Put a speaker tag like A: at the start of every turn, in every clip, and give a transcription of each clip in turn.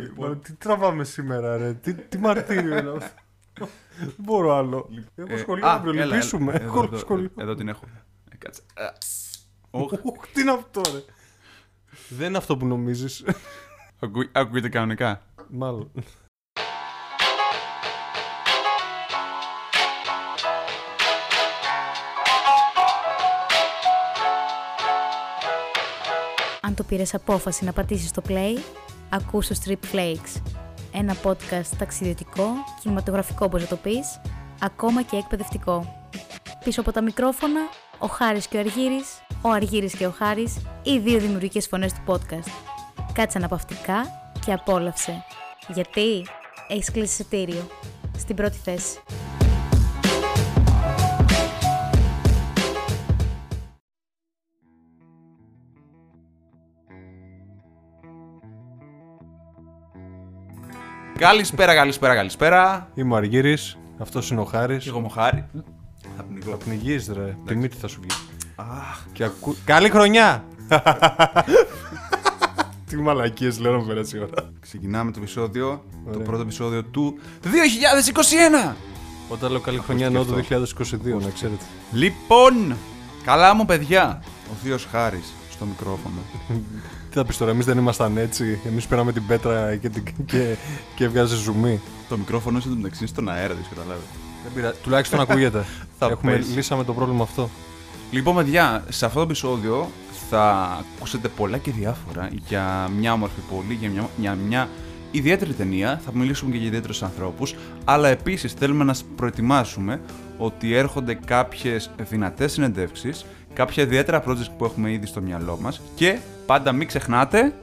A: Λοιπόν, τι τραβάμε σήμερα, ρε. Τι, τι μαρτύριο είναι αυτό. Δεν μπορώ άλλο. Έχω σχολείο
B: Ε, α,
A: να
B: έλα, έλα.
A: προλυπήσουμε.
B: Εδώ,
A: Έχω
B: εδώ,
A: σχολείο.
B: Εδώ την έχω. Ε, Κάτσε. Α, Οχ,
A: Οχ, Τι είναι αυτό, ρε. Δεν είναι αυτό που νομίζεις.
B: ακού- Ακούγεται κανονικά.
A: Μάλλον.
C: Αν το πήρες απόφαση να πατήσεις το play, ακούς το Strip Flakes. Ένα podcast ταξιδιωτικό, κινηματογραφικό όπως να το πεις, ακόμα και εκπαιδευτικό. Πίσω από τα μικρόφωνα, ο Χάρης και ο Αργύρης, ο Αργύρης και ο Χάρης, οι δύο δημιουργικές φωνές του podcast. Κάτσε αναπαυτικά και απόλαυσε. Γιατί έχεις κλείσει εισιτήριο. Στην πρώτη θέση.
B: Καλησπέρα, καλησπέρα, καλησπέρα.
A: Είμαι ο Αργύρης, αυτός είναι ο Χάρης.
B: Και εγώ μου χάρη. Θα
A: Θα
B: πνιγώ.
A: πνιγείς, ρε. Τη μύτη θα σου βγει.
B: Αχ,
A: Και ακού... Καλή χρονιά! Τι μαλακίες λέω να περάσει η ώρα.
B: Ξεκινάμε το επεισόδιο. Το
A: Ωραία.
B: πρώτο επεισόδιο του 2021.
A: Όταν λέω καλή χρονιά εννοώ το 2022, να ξέρετε.
B: Λοιπόν, καλά μου παιδιά. Ο θείος Χάρης στο μικρόφωνο.
A: Τι θα πεις τώρα, εμείς δεν ήμασταν έτσι. Εμείς πήραμε την πέτρα και, την- και, και βγάζει ζουμί.
B: το μικρόφωνο είσαι μεταξύ στον αέρα, δεν καταλάβετε.
A: Δεν πειράζει. Τουλάχιστον ακούγεται.
B: Θα
A: Έχουμε
B: πες.
A: λύσαμε το πρόβλημα αυτό.
B: Λοιπόν, παιδιά, σε αυτό το επεισόδιο θα ακούσετε πολλά και διάφορα για μια όμορφη πόλη, για μια, για μια ιδιαίτερη ταινία. Θα μιλήσουμε και για ιδιαίτερους ανθρώπους. Αλλά επίσης θέλουμε να σα προετοιμάσουμε ότι έρχονται κάποιες δυνατές συνεντεύξεις, κάποια ιδιαίτερα projects που έχουμε ήδη στο μυαλό μας. Και πάντα μην ξεχνάτε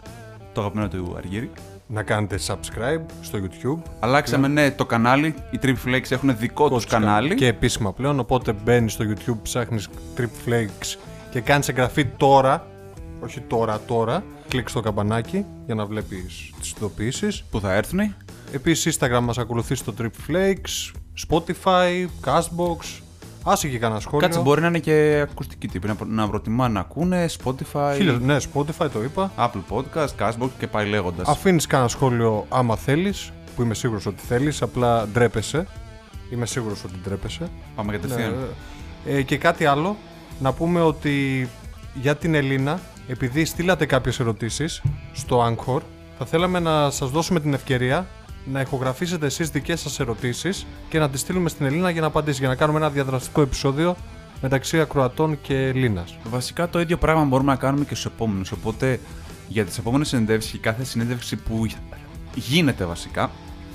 B: το αγαπημένο του Αργύρι.
A: Να κάνετε subscribe στο YouTube.
B: Αλλάξαμε ναι το κανάλι. Οι Triple Flakes έχουν δικό τους κανάλι.
A: Και επίσημα πλέον. Οπότε μπαίνεις στο YouTube, ψάχνεις Trip Flakes και κάνεις εγγραφή τώρα. Όχι τώρα, τώρα. Κλικ στο καμπανάκι για να βλέπεις τις ειδοποιήσεις.
B: Που θα έρθουν.
A: Επίσης, Instagram μας ακολουθείς στο Trip Flakes, Spotify, Castbox. Άσε και κανένα σχόλιο.
B: Κάτσε, μπορεί να είναι και ακουστική τύπη. Να, προ- να προτιμά να ακούνε Spotify,
A: Χίλιες- Ναι, Spotify το είπα.
B: Apple Podcast, Castbox και πάει λέγοντας.
A: Αφήνεις κανένα σχόλιο άμα θέλεις, που είμαι σίγουρος ότι θέλεις, απλά ντρέπεσαι. Είμαι σίγουρος ότι ντρέπεσαι.
B: Πάμε κατευθείαν.
A: Ναι, ε, ε, και κάτι άλλο, να πούμε ότι για την Ελίνα, επειδή στείλατε κάποιες ερωτήσεις στο Anchor, θα θέλαμε να σας δώσουμε την ευκαιρία να ηχογραφήσετε εσείς δικές σας ερωτήσεις και να τις στείλουμε στην Ελίνα για να απαντήσει, για να κάνουμε ένα διαδραστικό επεισόδιο μεταξύ Ακροατών και Ελλήνας.
B: Βασικά το ίδιο πράγμα μπορούμε να κάνουμε και στους επόμενους. Οπότε για τις επόμενες συνεντεύξεις και κάθε συνέντευξη που γίνεται βασικά,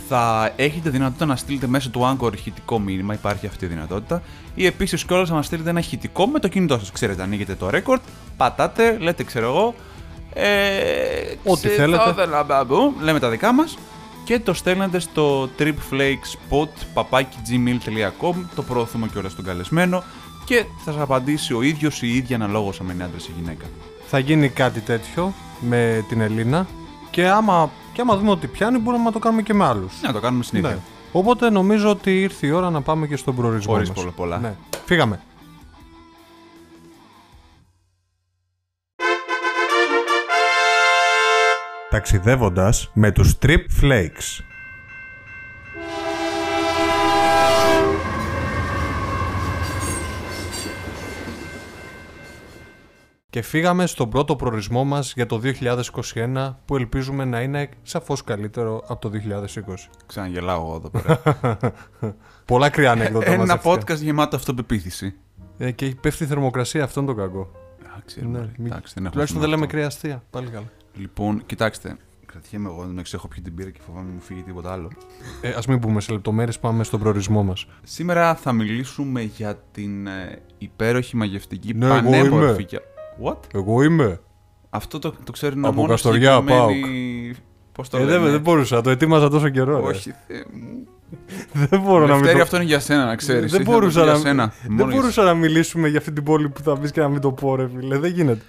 B: θα έχετε δυνατότητα να στείλετε μέσω του Anchor ηχητικό μήνυμα. Υπάρχει αυτή η δυνατότητα. Ή επίσης κιόλας να μας στείλετε ένα ηχητικό με το κινητό σας. Ξέρετε, ανοίγετε το record, πατάτε, λέτε ξέρω εγώ. Ε,
A: Ό,τι
B: ξέρω,
A: θέλετε.
B: δεν λα- μπα- μπου, λέμε τα δικά μα. Και το στέλνετε στο tripflakespot.gmail.com Το προωθούμε και όλα στον καλεσμένο και θα σας απαντήσει ο ίδιος ή η ίδια αναλόγως αν είναι άντρας ή γυναίκα.
A: Θα γίνει κάτι τέτοιο με την Ελίνα και άμα, και άμα δούμε ότι πιάνει μπορούμε να το κάνουμε και με άλλους.
B: Να το κάνουμε συνήθεια.
A: Ναι. Οπότε νομίζω ότι ήρθε η ώρα να πάμε και στον προορισμό
B: Χωρίς
A: μας.
B: πολλά πολλά.
A: Ναι. Φύγαμε. Ταξιδεύοντας με τους Trip Flakes. Και φύγαμε στον πρώτο προορισμό μας για το 2021 που ελπίζουμε να είναι σαφώς καλύτερο από το 2020.
B: Ξαναγελάω εγώ εδώ πέρα.
A: Πολλά κρυά ανέκδοτα
B: Ένα
A: μαζεύτηκα.
B: podcast γεμάτο αυτοπεποίθηση.
A: Ε, και πέφτει η θερμοκρασία, αυτό είναι το κακό.
B: Α, ξέρουμε, ρε.
A: Ναι, μη-
B: Εντάξει, δεν έχουμε
A: Τουλάχιστον δεν
B: θέμα
A: λέμε
B: αυτό.
A: κρύα αστεία. Πάλι καλά.
B: Λοιπόν, κοιτάξτε. Κρατιέμαι εγώ, δεν έχω πιει την πύρα και φοβάμαι μην μου φύγει τίποτα άλλο.
A: Ε, Ας μην πούμε σε λεπτομέρειες, πάμε στον προορισμό μας.
B: Σήμερα θα μιλήσουμε για την ε, υπέροχη μαγευτική
A: Ναι, εγώ
B: πανέμορφη. και- What?
A: Εγώ είμαι.
B: Αυτό το, το ξέρουν
A: Από
B: μόνο
A: Καστοριά,
B: Πώς το
A: Ε,
B: λένε.
A: δεν, δεν μπορούσα, το ετοίμαζα τόσο καιρό. ρε.
B: Όχι, Θεέ μου.
A: δεν μπορώ να μην
B: Δευτέρη,
A: το...
B: αυτό είναι για σένα, να ξέρεις.
A: δεν μπορούσα,
B: για
A: να...
B: σένα.
A: δεν
B: Μόνος για
A: μπορούσα να μιλήσουμε για αυτή την πόλη που θα μπει και να μην το πω, ρε φίλε. Δεν γίνεται.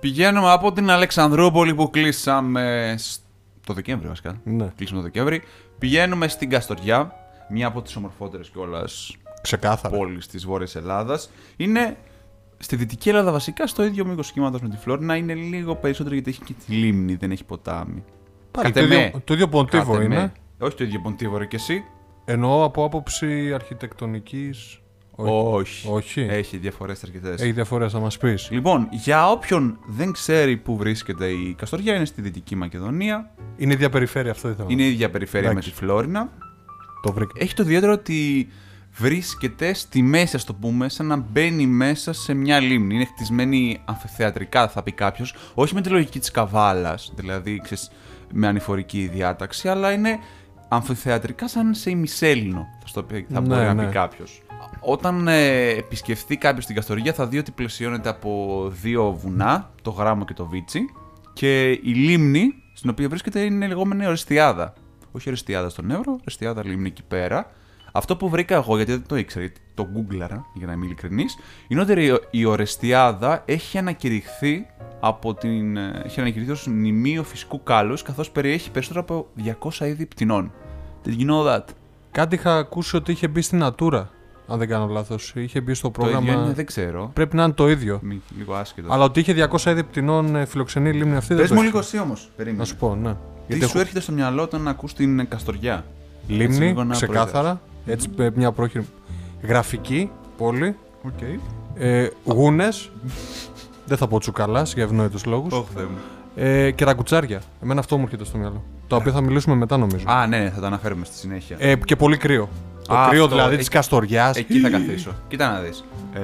B: Πηγαίνουμε από την Αλεξανδρούπολη που κλείσαμε σ- το Δεκέμβρη βασικά.
A: Ναι.
B: Κλείσαμε το Δεκέμβρη. Πηγαίνουμε στην Καστοριά, μία από τις ομορφότερες κιόλας
A: Ξεκάθαρα.
B: πόλεις της Βόρειας Ελλάδας. Είναι στη Δυτική Ελλάδα βασικά στο ίδιο μήκος κύματος με τη Φλόρινα. Είναι λίγο περισσότερο γιατί έχει και τη λίμνη, δεν έχει ποτάμι.
A: Πάλι
B: Κατ'
A: το
B: εμέ.
A: ίδιο- το ίδιο ποντίβο
B: Κάτε με.
A: είναι.
B: Όχι το ίδιο ποντίβορο κι εσύ.
A: Ενώ από άποψη αρχιτεκτονικής.
B: Όχι.
A: Όχι. Ε,
B: Έχει διαφορές αρκετές.
A: Έχει διαφορές, θα μας πεις.
B: Λοιπόν, για όποιον δεν ξέρει που βρίσκεται η Καστοριά, είναι στη Δυτική Μακεδονία.
A: Είναι η διαπεριφέρεια αυτό ήθελα. να
B: Είναι η ίδια περιφέρεια με
A: Εντάξει.
B: τη Φλόρινα.
A: Το βρήκα.
B: Έχει το ιδιαίτερο ότι βρίσκεται στη μέση, ας το πούμε, σαν να μπαίνει μέσα σε μια λίμνη. Είναι χτισμένη αμφιθεατρικά, θα πει κάποιος. Όχι με τη λογική της καβάλας, δηλαδή ξέρεις, με ανηφορική διάταξη, αλλά είναι αμφιθεατρικά σαν σε ημισέλινο, θα, στο πει, θα
A: Ναι,
B: μπορεί να
A: ναι.
B: πει κάποιος. Όταν ε, επισκεφθεί κάποιος την Καστοριά, θα δει ότι πλαισιώνεται από δύο βουνά, το Γράμμο και το Βίτσι, και η λίμνη στην οποία βρίσκεται είναι η λεγόμενη Οριστιάδα. Όχι Οριστιάδα στον Εύρο, Οριστιάδα λίμνη εκεί πέρα. Αυτό που βρήκα εγώ, γιατί δεν το ήξερα, γιατί το γκούγκλαρα, για να είμαι ειλικρινής, είναι ότι η- η Ορεστιάδα έχει ανακηρυχθεί από την. ε, έχει ανακηρυχθεί ως μνημείο φυσικού κάλους, καθώς περιέχει περισσότερα από 200 είδη πτηνών. Did you know that?
A: Κάτι είχα ακούσει ότι είχε μπει στην Natura. Αν δεν κάνω λάθος. Είχε μπει στο
B: Το ίδιο
A: πρόγραμμα.
B: είναι, δεν Ναι. ξέρω.
A: Πρέπει να είναι το ίδιο.
B: Μη- Λίγο άσχετο.
A: Αλλά ότι είχε 200 είδη πτηνών ε, φιλοξενή λίμνη αυτή. δεν
B: Πες
A: το ήξερα.
B: μου λίγο εσύ όμως.
A: Να
B: Περίμενε.
A: σου πω, ναι.
B: Τι
A: Γιατί
B: σου
A: έχω-
B: έρχεται στο μυαλό όταν ακούς την Καστοριά. Έτσι λίγο
A: Λίμνη,
B: να
A: ξεκάθαρα. Έτσι, ε, μια πρόχειρη. Γραφική πόλη.
B: προεδρεύσεις.
A: Ε, Γούνες. δεν θα πω τσουκαλάς για ευνόητους λόγους.
B: Οκ. Ωχ, Θεέ μου.
A: Ε, και τα κουτσάρια. Εμένα αυτό μου έρχεται στο μυαλό. Το οποίο θα μιλήσουμε μετά νομίζω.
B: Α, ναι, ναι, θα τα αναφέρουμε στη συνέχεια.
A: Ε, και πολύ κρύο. Το
B: Α,
A: κρύο
B: αυτό,
A: δηλαδή
B: εκεί-
A: τη Καστοριάς.
B: Εκεί θα καθίσω. Κοίτα να δεις. Ε,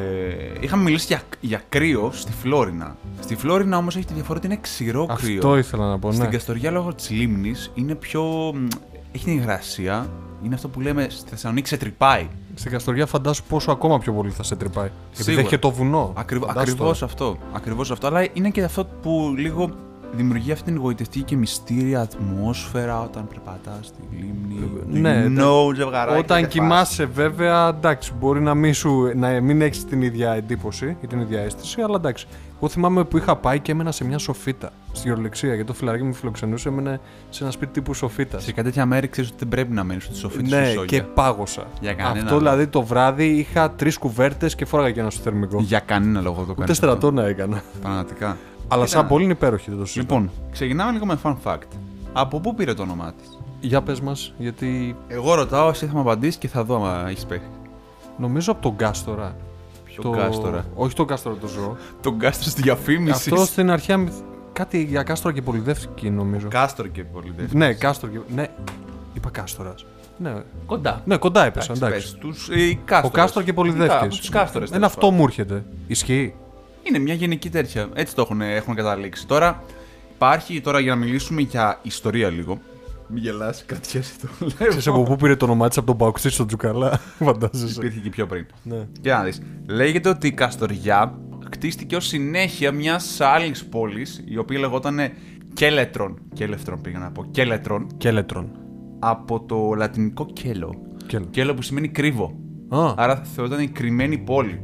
B: είχαμε μιλήσει για, για κρύο στη Φλόρινα. Στη Φλόρινα όμως έχει τη διαφορά ότι είναι ξηρό κρύο.
A: Αυτό ήθελα να πω, ναι.
B: Στην Καστοριά λόγω της λίμνης είναι πιο... μ, έχει την υγρασία. Είναι αυτό που λέμε στη Θεσσαλονίκη σε τρυπάει.
A: Στην Καστοριά φαντάσου πόσο ακόμα πιο πολύ θα σε τρυπάει. Επειδή
B: Σίγουρα.
A: έχει και το βουνό.
B: Ακριβώ
A: Φαντάσου
B: ακριβώς
A: τώρα.
B: αυτό. Ακριβώς αυτό. Αλλά είναι και αυτό που λίγο δημιουργεί αυτή την εγωιτευτική και μυστήρια ατμόσφαιρα όταν περπατάς στη λίμνη.
A: Ναι,
B: you know, ζευγαράκι,
A: Όταν
B: δεν πας.
A: κοιμάσαι, βέβαια, εντάξει, μπορεί να μην, σου, να μην έχεις την ίδια εντύπωση ή την ίδια αίσθηση, αλλά εντάξει. Εγώ θυμάμαι που είχα πάει και έμενα σε μια σοφίτα στη γεωρολεξία γιατί το φιλαράκι μου φιλοξενούσε, έμενε σε ένα σπίτι τύπου σοφίτας.
B: Σε κάτι τέτοια μέρη ξέρεις ότι δεν πρέπει να μένεις στο σοφίτι σου
A: Ναι,
B: σόγια.
A: και πάγωσα.
B: Για κανένα
A: Αυτό
B: λόγο.
A: δηλαδή το βράδυ είχα τρεις κουβέρτες και φόραγα και ένα στο θερμικό.
B: Για κανένα λόγο δεν το κάνει.
A: Ούτε στρατόνα έκανα.
B: Πραγματικά.
A: Αλλά
B: Κοίτα.
A: σαν πολύ είναι υπέροχη, δεν το συζητώ.
B: Λοιπόν, ξεκινάμε λίγο με fun fact. Από πού πήρε το όνομά της.
A: Για πες μας, γιατί
B: Εγώ ρωτάω, εσύ θα μου απαντήσεις και θα δω αν έχεις παίχτη.
A: νομίζω από τον Κάστορα.
B: Ποιο κάστορα.
A: Όχι τον Κάστορα το ζώο.
B: Τον κάστρο στη διαφήμιση.
A: Αυτό στην αρχαία. μυθ- Κάτι για Κάστορα και Πολυδεύκη νομίζω.
B: Κάστρο και πολύ δε.
A: Ναι, Κάστορα και. Ναι, είπα Κάστορας. Ναι.
B: Κοντά.
A: ναι, κοντά έπεσα. εντάξει.
B: Εντάξει. Τους, ε, κάστορες.
A: Ο Κάστορας και Πολυδεύκης.
B: Τους κάστορες.
A: Ένα αυτό μου έρχεται. Ισχύει.
B: Είναι μια γενική τέτοια. Έτσι το έχουν, έχουν καταλήξει. Τώρα υπάρχει, τώρα για να μιλήσουμε για ιστορία λίγο. Μην γελάς, κρατιέσαι το λέω.
A: Ξέρεις από πού πήρε το όνομά της από τον Παουξή στον Τζουκαλά. Φαντάζεσαι.
B: Υπήρχε και πιο πριν.
A: Ναι.
B: Για να δεις. Λέγεται ότι η Καστοριά χτίστηκε ως συνέχεια μιας άλλης πόλης, η οποία λεγόταν Κέλετρον. Κέλετρον πήγα να πω. Κέλετρον.
A: Κέλετρον.
B: Από το λατινικό κέλο.
A: Κέλο.
B: Κέλο που σημαίνει κρύβο.
A: Α,
B: Άρα θα θεωρούταν η κρυμμένη πόλη.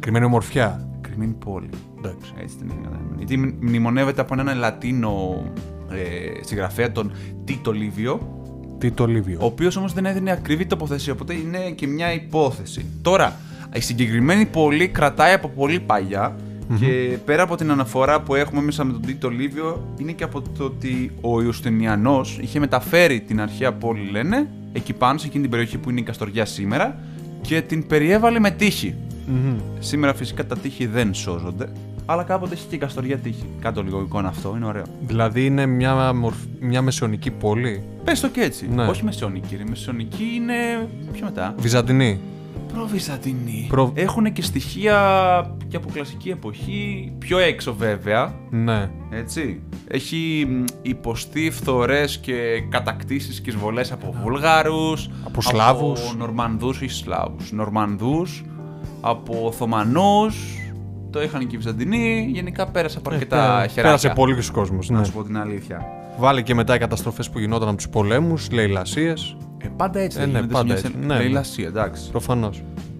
A: κρυμμένη ομορφιά.
B: Κρυμμένη πόλη.
A: Εντάξει.
B: Έτσι την είχα καταλάβει. Γιατί μνη- μνημονεύεται από έναν Λατίνο ε, συγγραφέα, τον Τίτο Λίβιο,
A: Τι το Λίβιο.
B: ο οποίος όμως δεν έδινε ακριβή τοποθεσία, οπότε είναι και μια υπόθεση. Τώρα, η συγκεκριμένη πόλη κρατάει από πολύ παλιά και πέρα από την αναφορά που έχουμε μέσα με τον Τίτο Λίβιο, είναι και από το ότι ο Ιωστινιανό είχε μεταφέρει την αρχαία πόλη, λένε, εκεί πάνω σε εκείνη την περιοχή που είναι η Καστοριά σήμερα και την περιέβαλε με τείχη.
A: Μμμ.
B: Σήμερα φυσικά τα τείχη δεν σώζονται, αλλά κάποτε είχε και η Καστοριά τείχη. Κάτω λίγο εικόνα αυτό, είναι ωραίο.
A: Δηλαδή είναι μια, μορφ... μια μεσαιωνική πόλη.
B: Πες το και έτσι.
A: Ναι.
B: Όχι μεσαιωνική, ρε. Μεσαιωνική είναι. πιο μετά.
A: Βυζαντινή.
B: Προβυζαντινή.
A: Προ-
B: Έχουν και στοιχεία και από κλασική εποχή, πιο έξω βέβαια,
A: Ναι.
B: έτσι. Έχει μ, υποστεί φθορές και κατακτήσεις και εισβολές από Βουλγάρους,
A: Σλάβους.
B: από Νορμανδούς ή Σλάβους, Νορμανδούς, από Οθωμανούς, το είχαν και οι Βυζαντινοί, γενικά πέρασε από αρκετά
A: Ε, Πέρα-
B: χεράκια.
A: Πέρασε πολύ κόσμο.
B: Να
A: Ναι.
B: σου πω την αλήθεια.
A: Βάλε και μετά οι καταστροφές που γινόταν από τους πολέμους, λαϊλασίε.
B: Ε, πάντα έτσι
A: Ε,
B: δεν
A: ναι,
B: γίνεται
A: πάντα
B: σε
A: έτσι.
B: μια
A: Ναι, ναι.
B: λαϊλασία, εντάξει.
A: Προφανώς.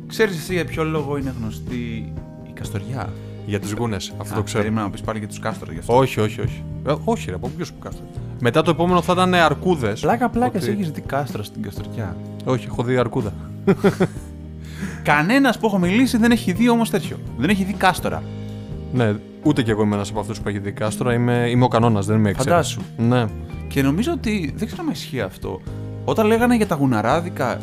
B: Ξέρεις εσύ για ποιο λόγο είναι γνωστή η Καστοριά.
A: Για τι γούνε, αυτό το
B: Α,
A: ξέρω.
B: Περίμενα να πεις πάλι για τους Κάστρο γι' αυτό.
A: Όχι, όχι, όχι. Ε, όχι, ρε, από ποιους που κάστρο. Μετά το επόμενο θα ήταν αρκούδες.
B: Πλάκα, πλάκα, ότι... έχει δει Κάστρο στην Καστοριά.
A: Όχι, έχω δει αρκούδα.
B: Κανένας που έχω μιλήσει δεν έχει δει όμως τέτοιο. Δεν έχει δει Κάστορα.
A: Ναι, ούτε κι εγώ είμαι ένας από αυτούς που έχει δει κάστρο. Είμαι, είμαι ο κανόνας, δεν είμαι έξυπνο.
B: Φαντάσου.
A: Ναι.
B: Και νομίζω ότι δεν ξέρω αν ισχύει αυτό. Όταν λέγανε για τα γουναράδικα,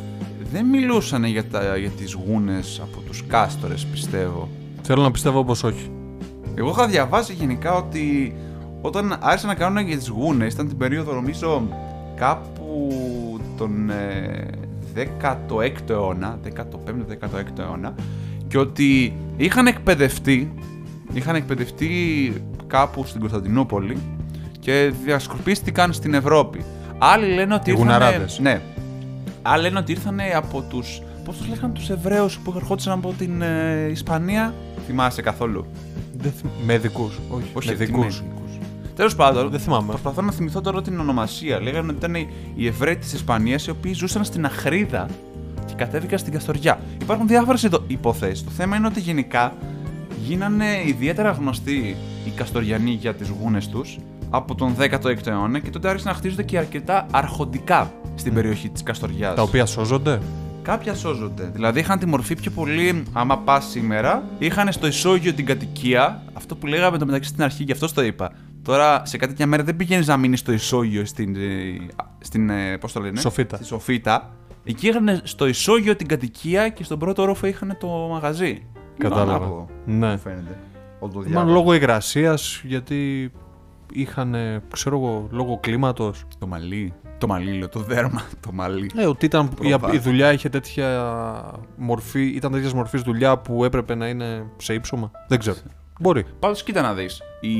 B: δεν μιλούσαν για, τα, για τις γούνες από τους κάστορες, πιστεύω.
A: Θέλω να πιστεύω πως όχι.
B: Εγώ είχα διαβάσει γενικά ότι όταν άρχισαν να κάνουν για τις γούνες, ήταν την περίοδο νομίζω κάπου τον ε, 16ο αιώνα, 15ο-16ο αιώνα, και ότι είχαν εκπαιδευτεί, είχαν εκπαιδευτεί κάπου στην Κωνσταντινούπολη και διασκορπίστηκαν στην Ευρώπη. Άλλοι λένε ότι
A: Οι
B: ήρθαν.
A: γουναράδες.
B: Ναι. Άλλοι λένε ότι ήρθαν από τους, Πώς τους λέγανε τους Εβραίους που ερχόντουσαν από την ε, Ισπανία. Θυμάσαι καθόλου.
A: Δεν θυμ- Με ειδικού. Όχι, με ειδικού.
B: Τέλος πάντων,
A: Δεν θυμάμαι.
B: προσπαθώ να θυμηθώ τώρα την ονομασία. Λέγανε ότι ήταν οι Εβραίοι της Ισπανίας οι οποίοι ζούσαν στην Αχρίδα και κατέβηκαν στην Καστοριά. Υπάρχουν διάφορες υποθέσεις. Το θέμα είναι ότι γενικά γίνανε ιδιαίτερα γνωστοί οι Καστοριανοί για τις γούνες τους από τον 16ο αιώνα και τότε άρχισαν να χτίζονται και αρκετά αρχοντικά στην περιοχή της Καστοριάς.
A: Ναι. Τα οποία σώζονται.
B: Κάποια σώζονται. Δηλαδή είχαν τη μορφή πιο πολύ, άμα πας σήμερα, είχαν στο ισόγειο την κατοικία. Αυτό που λέγαμε το μεταξύ στην αρχή, γι' αυτό το είπα. Τώρα σε κάτι μια μέρα δεν πηγαίνεις να μείνεις στο ισόγειο στην. ε, στην ε, πώς το λένε,
A: Σοφίτα.
B: Στη Σοφίτα. Εκεί είχαν στο ισόγειο την κατοικία και στον πρώτο όροφο είχαν το μαγαζί.
A: Κατάλαβα.
B: Ανάποδο,
A: Ναι.
B: μου Φαίνεται.
A: Μάλλον
B: Οντοδιάβολο.
A: λόγω υγρασίας, γιατί είχαν, ξέρω εγώ, λόγω κλίματος.
B: Το μαλλί. Το μαλλί, λέω, το δέρμα. Το μαλλί.
A: Ε, ότι ήταν, η,
B: Προβά.
A: η δουλειά είχε τέτοια μορφή, ήταν τέτοιας μορφής δουλειά που έπρεπε να είναι σε ύψωμα. Δεν ξέρω. Μπορεί.
B: Πάντως κοίτα να δεις, η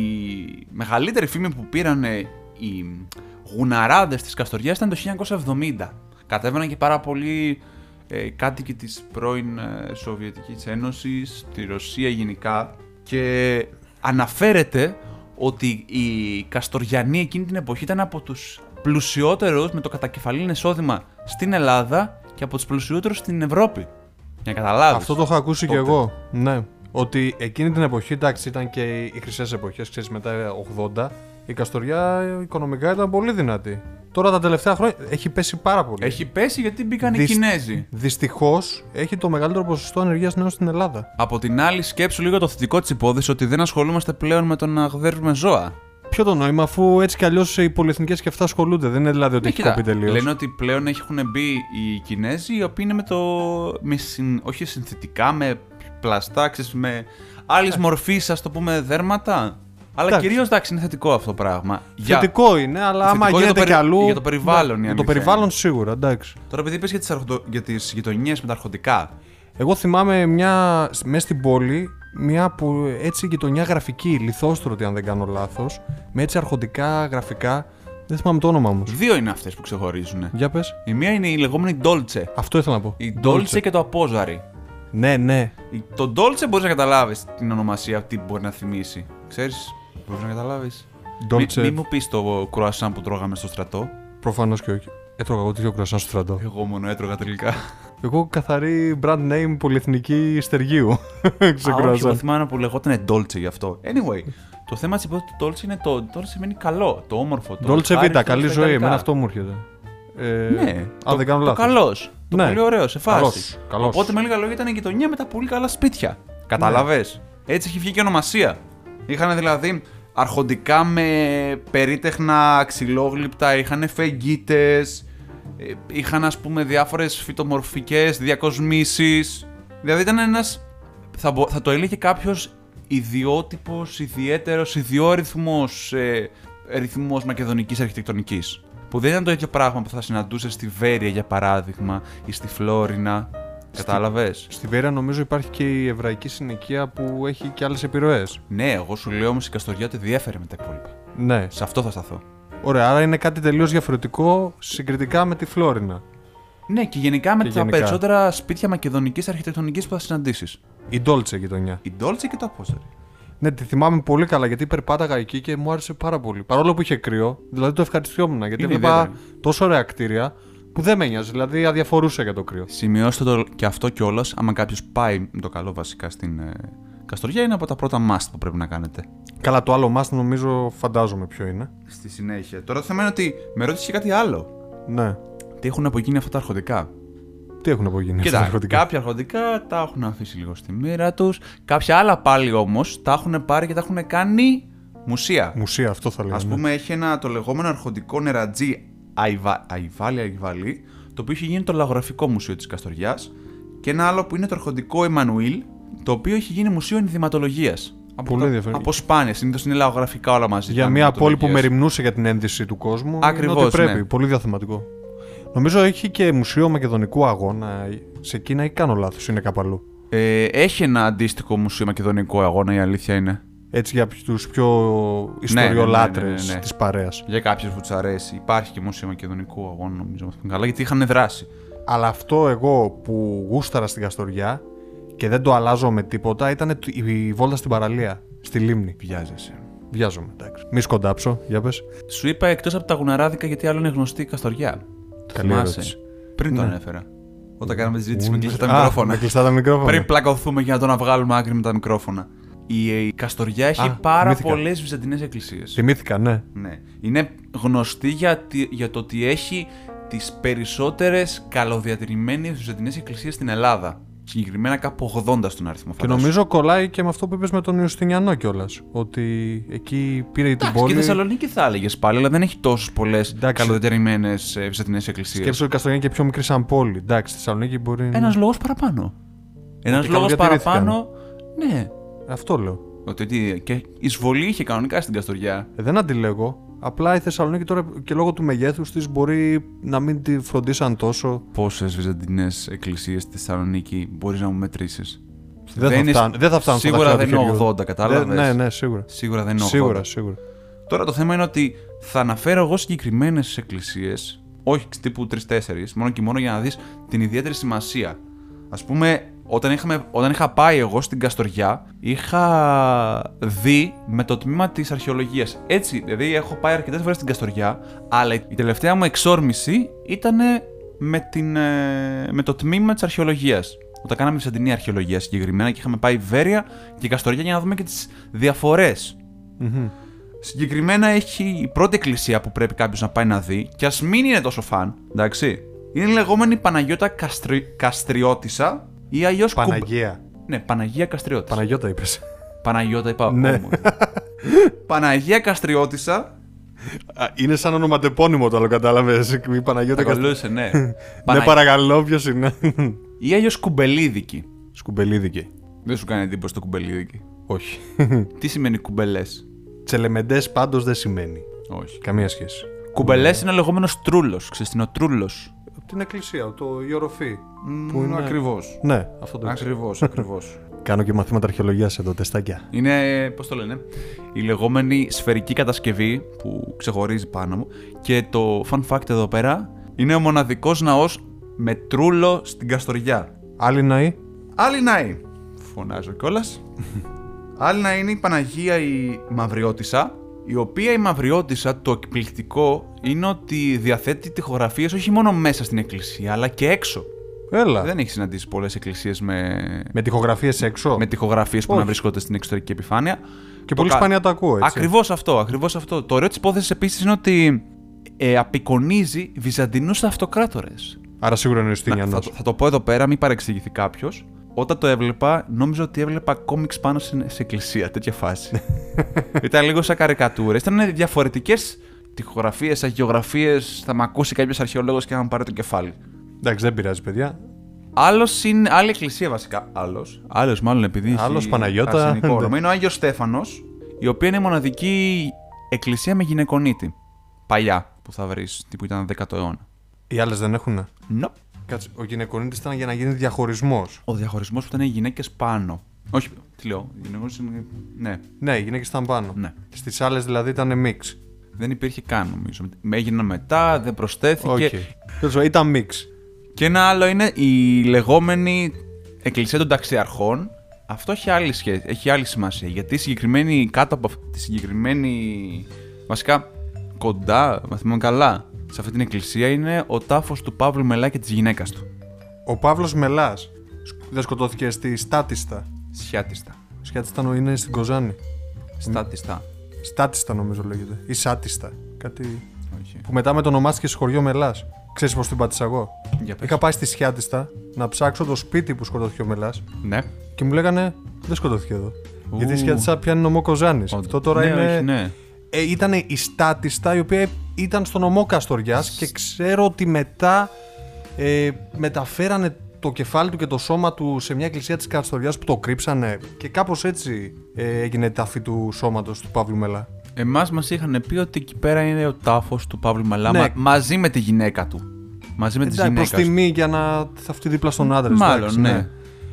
B: μεγαλύτερη φήμη που πήραν οι γουναράδες της Καστοριάς ήταν το 1970. Κατέβαιναν και πάρα πολλοί ε, κάτοικοι της πρώην ε, Σοβιετικής Ένωσης, τη Ρωσία γενικά και αναφέρεται ότι οι Καστοριανοί εκείνη την εποχή ήταν από τους πλουσιότερους με το κατακεφαλήν εισόδημα στην Ελλάδα και από τους πλουσιότερους στην Ευρώπη. Για να καταλάβεις.
A: Αυτό το είχα ακούσει
B: Τότε.
A: κι εγώ. Ναι. Ότι εκείνη την εποχή, εντάξει, ήταν και οι χρυσές εποχές, ξέρεις, μετά 80, η Καστοριά ε, οικονομικά ήταν πολύ δυνατή. Τώρα τα τελευταία χρόνια έχει πέσει πάρα πολύ.
B: Έχει πέσει γιατί μπήκαν οι
A: Δυσ-
B: Κινέζοι.
A: Δυστυχώς έχει το μεγαλύτερο ποσοστό ανεργίας νέων στην Ελλάδα.
B: Από την άλλη, σκέψου λίγο το θετικό της υπόθεσης ότι δεν ασχολούμαστε πλέον με το να γδέρουμε ζώα.
A: Ποιο το νόημα, αφού έτσι κι αλλιώς οι πολυεθνικές και αυτά ασχολούνται. Δεν είναι δηλαδή ότι
B: Ναι,
A: έχει
B: κοίτα,
A: κοπεί τελείως.
B: λένε ότι πλέον έχουν μπει οι Κινέζοι, οι οποίοι είναι με το. Με συν- όχι συνθετικά, με πλαστά, ξέρεις, με άλλης μορφής, ας το πούμε, δέρματα. Αλλά
A: Εντάξει.
B: κυρίως εντάξει, είναι θετικό αυτό το πράγμα. Για-
A: Θετικό είναι, αλλά άμα
B: Θετικό για το
A: γίνεται
B: περι-
A: κι αλλού.
B: για το περιβάλλον, η
A: Ναι, Για το
B: αλήθεια
A: περιβάλλον
B: είναι.
A: σίγουρα, εντάξει.
B: Τώρα, επειδή είπες για τις αρχοντο... για τις γειτονιές με τα αρχοντικά.
A: Εγώ θυμάμαι μια, μέσα στην πόλη μια που έτσι γειτονιά γραφική, λιθόστρωτη αν δεν κάνω λάθος, με έτσι αρχοντικά γραφικά, δεν θυμάμαι το όνομα μου.
B: Δύο είναι αυτές που ξεχωρίζουν.
A: Για πες.
B: Η μία είναι η λεγόμενη Dolce.
A: Αυτό ήθελα να πω.
B: Η Dolce και το Απόζαρι.
A: Ναι, ναι.
B: Η- Το Dolce μπορείς να καταλάβεις την ονομασία, τι μπορεί να θυμίσει. Ξέρεις, μπορείς να καταλάβεις.
A: Dolce.
B: Μην μη μου πεις το κρουασάν που τρώγαμε στο στρατό.
A: Προφανώς και όχι. Έτρωγα εγώ τέτοιο κρασάν στο στρατό.
B: Εγώ μόνο έτρωγα τελικά.
A: Εγώ καθαρή brand name πολυεθνική στεργίου.
B: Α,
A: Ξέρω
B: όχι, εγώ
A: κρασάν.
B: θυμάμαι που λεγόταν Dolce γι' αυτό. Anyway, το θέμα της υπόθεσης του Dolce είναι το. Dolce σημαίνει καλό, το όμορφο. Το
A: Dolce
B: ευχάριστο
A: Vita, καλή
B: στα
A: ζωή.
B: ιταλικά.
A: Εμένα αυτό μου έρχεται. Ε,
B: Ναι,
A: αν
B: το-
A: δεν κάνω
B: Το
A: λάθος.
B: καλός. Το
A: Ναι.
B: πολύ ωραίο, σε φάση.
A: Καλός, καλός. Ναι.
B: Οπότε με λίγα λόγια ήταν η γειτονιά με τα πολύ καλά σπίτια. Κατάλαβε. Έτσι έχει βγει και η ονομασία. Είχαν δηλαδή αρχοντικά με περίτεχνα ξυλόγλυπτα, είχαν φεγγίτε, είχαν ας πούμε διάφορες φυτομορφικές διακοσμήσεις. Δηλαδή ήταν ένας. Θα, μπο- θα το έλεγε κάποιος ιδιότυπος, ιδιαίτερος, ιδιόρυθμος ε, ρυθμός μακεδονικής αρχιτεκτονικής. Που δεν ήταν το ίδιο πράγμα που θα συναντούσε στη Βέρεια για παράδειγμα ή στη Φλόρινα. Κατάλαβες.
A: Στη Βέρεια νομίζω υπάρχει και η εβραϊκή συνοικία που έχει και άλλες επιρροές.
B: Ναι, εγώ σου λέω όμως η Καστοριά ότι διέφερε με τα υπόλοιπα.
A: Ναι.
B: Σε αυτό θα σταθώ.
A: Ωραία, άρα είναι κάτι τελείως διαφορετικό συγκριτικά με τη Φλόρινα.
B: Ναι, και γενικά με
A: Και
B: τα
A: γενικά.
B: περισσότερα σπίτια μακεδονικής αρχιτεκτονικής που θα συναντήσεις.
A: Η Ντόλτσε γειτονιά.
B: Η Ντόλτσε και το Απόστολη.
A: Ναι, τη θυμάμαι πολύ καλά γιατί περπάταγα εκεί και μου άρεσε πάρα πολύ. Παρόλο που είχε κρύο, δηλαδή το ευχαριστιόμουν γιατί
B: Είναι
A: έβλεπα
B: ιδιαίτερη.
A: τόσο ωραία κτίρια που δεν με νοιάζει, δηλαδή αδιαφορούσα για το κρύο.
B: Σημειώστε το και αυτό κιόλας. Άμα κάποιος πάει με το καλό βασικά στην ε, Καστοριά, είναι από τα πρώτα must που πρέπει να κάνετε.
A: Καλά, το άλλο μας νομίζω φαντάζομαι ποιο είναι.
B: Στη συνέχεια. Τώρα το θέμα είναι ότι με ρώτησε και κάτι άλλο.
A: Ναι.
B: Τι έχουν απογίνει αυτά τα αρχοντικά.
A: Τι τι έχουν απογίνει αυτά τα
B: Κοίτα,
A: ναρκωτικά.
B: κάποια αρχοντικά τα έχουν αφήσει λίγο στη μοίρα τους. Κάποια άλλα πάλι όμως τα έχουν πάρει και τα έχουν κάνει μουσεία.
A: Μουσεία, αυτό θα λέγαμε.
B: Α πούμε, έχει ένα το λεγόμενο αρχοντικό νερατζί Αϊβα- Αϊβάλι Αϊβάλι, το οποίο έχει γίνει το λαγογραφικό μουσείο της Καστοριάς. Και ένα άλλο που είναι το αρχοντικό Εμμανουήλ, το οποίο έχει γίνει μουσείο ενδυματολογίας. Από,
A: Πολύ
B: τα-
A: ενδιαφέρον.
B: από σπάνια. Συνήθως είναι λαγογραφικά όλα μαζί.
A: για
B: τα
A: μια πόλη που
B: ενδυματολογίες.
A: μεριμνούσε για την ένδυση του κόσμου. είναι
B: Ακριβώς,
A: Ότι πρέπει.
B: ναι.
A: Πολύ διαθεματικό. Νομίζω έχει και μουσείο Μακεδονικού αγώνα σε Κίνα ή κάνω λάθος, είναι κάπου αλλού.
B: Ε, έχει ένα αντίστοιχο μουσείο μακεδονικό αγώνα, η αλήθεια είναι.
A: Έτσι για τους πιο ιστοριολάτρες
B: ναι, ναι, ναι, ναι.
A: της παρέας.
B: Για κάποιες βουτσαρές υπάρχει και μουσείο μακεδονικού αγώνα, νομίζω. αν θυμάμαι Καλά, γιατί είχαν δράσει.
A: Αλλά αυτό εγώ που γούσταρα στην Καστοριά και δεν το αλλάζω με τίποτα ήταν η βόλτα στην παραλία, στη λίμνη.
B: Βιάζεσαι.
A: Βιάζομαι, εντάξει. Μη σκοντάψω, για πες.
B: Σου είπα εκτός από τα γουναράδικα γιατί άλλο είναι γνωστή η Καστοριά. Το
A: Καλή ερώτηση.
B: Πριν το
A: Ναι.
B: ανέφερα. Όταν κάναμε τη συζήτηση με κλειστά τα
A: Α, με
B: μικρόφωνα.
A: κλειστά τα μικρόφωνα.
B: Πριν πλακωθούμε για να τον βγάλουμε άκρη με τα μικρόφωνα. Η, η Καστοριά έχει
A: Α,
B: πάρα
A: θυμήθηκα.
B: πολλές βυζαντινές εκκλησίες.
A: Θυμήθηκα, ναι.
B: Ναι. Είναι γνωστή για, τη- για το ότι έχει τις περισσότερες καλοδιατηρημένες βυζαντινές εκκλησίες στην Ελλάδα. Συγκεκριμένα κάπου 80 στον αριθμό.
A: Και
B: φαντάσου.
A: νομίζω κολλάει και με αυτό που είπες με τον Ιουστινιανό κιόλας. Ότι εκεί πήρε την
B: Εντάξει, και η
A: πόλη.
B: Θεσσαλονίκη θα έλεγες πάλι, αλλά δεν έχει τόσες πολλές
A: Εντάξει.
B: καλοδιατηρημένε βυζαντινές εκκλησίες.
A: Σκέψω ότι η Καστοριά είναι και πιο μικρή σαν πόλη. Εντάξει, στη Θεσσαλονίκη μπορεί. να-
B: Ένας λόγος παραπάνω. Ένας
A: Ότι
B: λόγος
A: καλοδιατηρήθηκαν.
B: παραπάνω. Ναι.
A: Αυτό λέω.
B: Ότι, ότι και εισβολή είχε κανονικά στην Καστοριά.
A: Ε, δεν αντιλέγω. Απλά η Θεσσαλονίκη τώρα και λόγω του μεγέθους της μπορεί να μην τη φροντίσαν τόσο.
B: Πόσες βυζαντινές εκκλησίες στη Θεσσαλονίκη μπορείς να μου μετρήσεις.
A: Δεν,
B: Δεν
A: θα,
B: είναι-
A: φτάνουν, δεν θα φτάνουν στο
B: σίγουρα
A: δάχτυλο
B: δεν
A: του
B: είναι
A: χεριού.
B: 80, κατάλαβες.
A: Δεν- Ναι, ναι, σίγουρα.
B: Σίγουρα δεν είναι 80.
A: Σίγουρα, σίγουρα.
B: Τώρα το θέμα είναι ότι θα αναφέρω εγώ συγκεκριμένες εκκλησίες, όχι τύπου 3-4, μόνο και μόνο για να δεις την ιδιαίτερη σημασία. Ας πούμε, όταν, είχαμε, όταν είχα πάει εγώ στην Καστοριά, είχα δει με το τμήμα της αρχαιολογίας. Έτσι, δηλαδή έχω πάει αρκετές φορές στην Καστοριά, αλλά η τελευταία μου εξόρμηση ήταν με, την, ε, με το τμήμα της αρχαιολογίας. Όταν κάναμε Βυζαντινή αρχαιολογία συγκεκριμένα και είχαμε πάει Βέρεια και Καστοριά για να δούμε και τις διαφορές.
A: Μμμ.
B: Συγκεκριμένα έχει η πρώτη εκκλησία που πρέπει κάποιος να πάει να δει, και ας μην είναι τόσο φαν, εντάξει. Είναι η λεγόμενη Παναγιώτα Καστρι... Καστριώτησα ή αλλιώς
A: Παναγία.
B: Ναι, Παναγία Καστριώτησα.
A: Παναγιώτα είπες.
B: Παναγιώτα είπα.
A: Ναι.
B: Ναι. Παναγία Καστριώτησα.
A: Είναι σαν ονοματεπώνυμο το άλλο, κατάλαβε. Η Παναγιώτα
B: Τα
A: Καστοριά.
B: κολούσε, ναι.
A: Ναι,
B: Πανα-
A: παρακαλώ, ποιος είναι.
B: Ή αλλιώς Κουμπελίδικη.
A: Σκουμπελίδικη.
B: Δεν σου κάνει εντύπωση το Κουμπελίδικη.
A: Όχι.
B: Τι σημαίνει κουμπελές.
A: Τσελεμεντές πάντως δεν σημαίνει.
B: Όχι.
A: Καμία σχέση.
B: Κουμπελές είναι ο λεγόμενος τρούλος. Ξέρετε, είναι ο τρούλος.
A: Από την εκκλησία, το η οροφή. Που είναι-
B: Ακριβώς.
A: Ναι, αυτό το ξέρω.
B: Ακριβώς, ακριβώς.
A: Κάνω και μαθήματα αρχαιολογίας εδώ, τεστάκια.
B: Είναι, πώς το λένε, η λεγόμενη σφαιρική κατασκευή που ξεχωρίζει πάνω μου. Και το fun fact εδώ πέρα είναι ο μοναδικός ναός με τρούλο στην Καστοριά.
A: Άλλη ναή.
B: Άλλη ναή. Φωνάζω κιόλας. Άλλη να είναι η Παναγία η Μαυριώτησα, η οποία η Μαυριώτησα το εκπληκτικό είναι ότι διαθέτει τοιχογραφίες όχι μόνο μέσα στην εκκλησία αλλά και έξω.
A: Έλα.
B: Δεν έχεις συναντήσει πολλές εκκλησίες με,
A: Με τοιχογραφίε έξω.
B: με τοιχογραφίες που
A: Όχι.
B: να βρίσκονται στην εξωτερική επιφάνεια.
A: Και πολύ σπάνια τα ακούω, έτσι.
B: Ακριβώς αυτό, ακριβώς αυτό. Το ωραίο της υπόθεσης επίσης είναι ότι ε, απεικονίζει Βυζαντινούς αυτοκράτορες.
A: Άρα σίγουρα είναι ο
B: Θα,
A: Ιουστινιανό.
B: το- θα το πω εδώ πέρα, μην παρεξηγηθεί κάποιος. Όταν το έβλεπα, νόμιζα ότι έβλεπα κόμιξ πάνω σε, σε εκκλησία, τέτοια φάση. Ήταν λίγο σαν καρικατούρες. Ήταν ε, διαφορετικέ τοιχογραφίε, αγιογραφίε. Θα με ακούσει κάποιος αρχαιολόγος και να μου πάρει το κεφάλι.
A: Εντάξει, δεν πειράζει, παιδιά.
B: Άλλος είναι, άλλη εκκλησία βασικά. Άλλος. Άλλος, μάλλον επειδή. έχει
A: Άλλος Παναγιώτα.
B: αρσενικό
A: Ναι.
B: όνομα. Είναι ο Άγιος Στέφανος, η οποία είναι η μοναδική εκκλησία με γυναικονίτη. Παλιά που θα βρεις, τύπου ήταν 10ο αιώνα.
A: Οι άλλες δεν έχουν.
B: Νο.
A: Κάτσε, ο γυναικονίτης ήταν για να γίνει διαχωρισμός.
B: Ο διαχωρισμός που ήταν οι γυναίκες πάνω. Όχι, τι λέω. οι γυναίκες είναι- Ναι,
A: Ναι, οι γυναίκες ήταν πάνω.
B: Ναι.
A: Στις άλλες δηλαδή ήταν μίξ.
B: δεν υπήρχε καν νομίζω. Με έγιναν μετά, δεν προσθέθηκε.
A: Όχι. Ήταν μίξ.
B: Και ένα άλλο είναι η λεγόμενη Εκκλησία των Ταξιαρχών. Αυτό έχει άλλη, σχέση, έχει άλλη σημασία. Γιατί η συγκεκριμένη, κάτω από αυτή τη συγκεκριμένη. Βασικά, κοντά, μα θυμάμαι καλά, σε αυτή την εκκλησία είναι ο τάφος του Παύλου Μελά και της γυναίκας του.
A: Ο Παύλος Μελάς δεν σκοτώθηκε στη Στάτιστα.
B: Σιάτιστα.
A: Σκιάτιστα νο- είναι στην Κοζάνη.
B: Στάτιστα.
A: Στάτιστα νομίζω λέγεται. Ή Σάτιστα. Κάτι.
B: Όχι.
A: που μετά με το ονομάστηκε σχωριό Μελάς. Ξέρεις πώς την πάτησα εγώ.
B: Για πες.
A: Είχα πάει στη Σιάτιστα να ψάξω το σπίτι που σκοτώθηκε ο Μελάς
B: Ναι.
A: και μου λέγανε Δεν σκοτώθηκε εδώ.
B: Ου.
A: Γιατί η Σιάτιστα πιάνει νομό Κοζάνη. Αυτό τώρα
B: ναι,
A: είναι.
B: όχι, ναι.
A: Ε, ήταν η Στάτιστα η οποία ήταν στο νομό Καστοριάς και ξέρω ότι μετά ε, μεταφέρανε το κεφάλι του και το σώμα του σε μια εκκλησία της Καστοριάς που το κρύψανε και κάπως έτσι ε, έγινε η τάφη του σώματος του Παύλου Μελά.
B: Εμάς μας είχαν πει ότι εκεί πέρα είναι ο τάφος του Παύλου Μαλάμα
A: Ναι.
B: μαζί με τη γυναίκα του. Μαζί με τη
A: Εντάξει, προς
B: γυναίκα του.
A: τιμή για να θαυτεί δίπλα στον άντρα.
B: Μάλλον,
A: εντάξει,
B: ναι.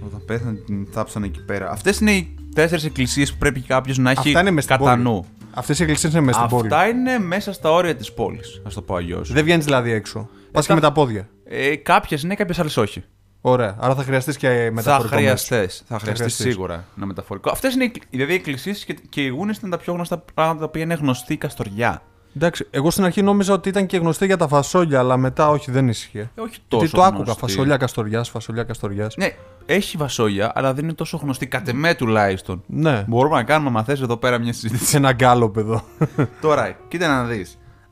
B: Όταν πέθανε, την θάψανε εκεί πέρα. Αυτές είναι οι τέσσερις εκκλησίες που πρέπει κάποιος να έχει
A: Αυτά είναι μες στην
B: κατά
A: πόλη.
B: νου.
A: Αυτές οι εκκλησίες είναι μέσα στην πόλη.
B: Αυτά είναι μέσα στα όρια της πόλης, ας το πω αλλιώς.
A: Δεν βγαίνεις δηλαδή έξω. Πας και με τα πόδια.
B: Ε, κάποιες ναι, κάποιες άλλες όχι.
A: Ωραία. Άρα θα χρειαστείς και
B: Θα
A: μεταφορικό μέσο.
B: χρειαστεί. Θα χρειαστείς
A: χρειαστείς.
B: σίγουρα ένα μεταφορικό. Αυτές είναι οι- δηλαδή οι εκκλησίες και, και οι γούνες ήταν τα πιο γνωστά πράγματα τα οποία είναι γνωστή η Καστοριά.
A: Εντάξει, εγώ στην αρχή νόμιζα ότι ήταν και γνωστή για τα φασόλια, αλλά μετά όχι, δεν ίσχυε.
B: Ε, όχι τόσο.
A: Γιατί το άκουγα.
B: γνωστή.
A: Φασολιά Καστοριάς, φασολιά Καστοριάς.
B: Ναι, έχει βασόλια, αλλά δεν είναι τόσο γνωστή. Κατ' εμέ τουλάχιστον.
A: Ναι.
B: Μπορούμε να κάνουμε, αν θες, εδώ πέρα μια συζήτηση.
A: Σε ένα γκάλοπ εδώ.
B: Τώρα, κοίτα να δεις.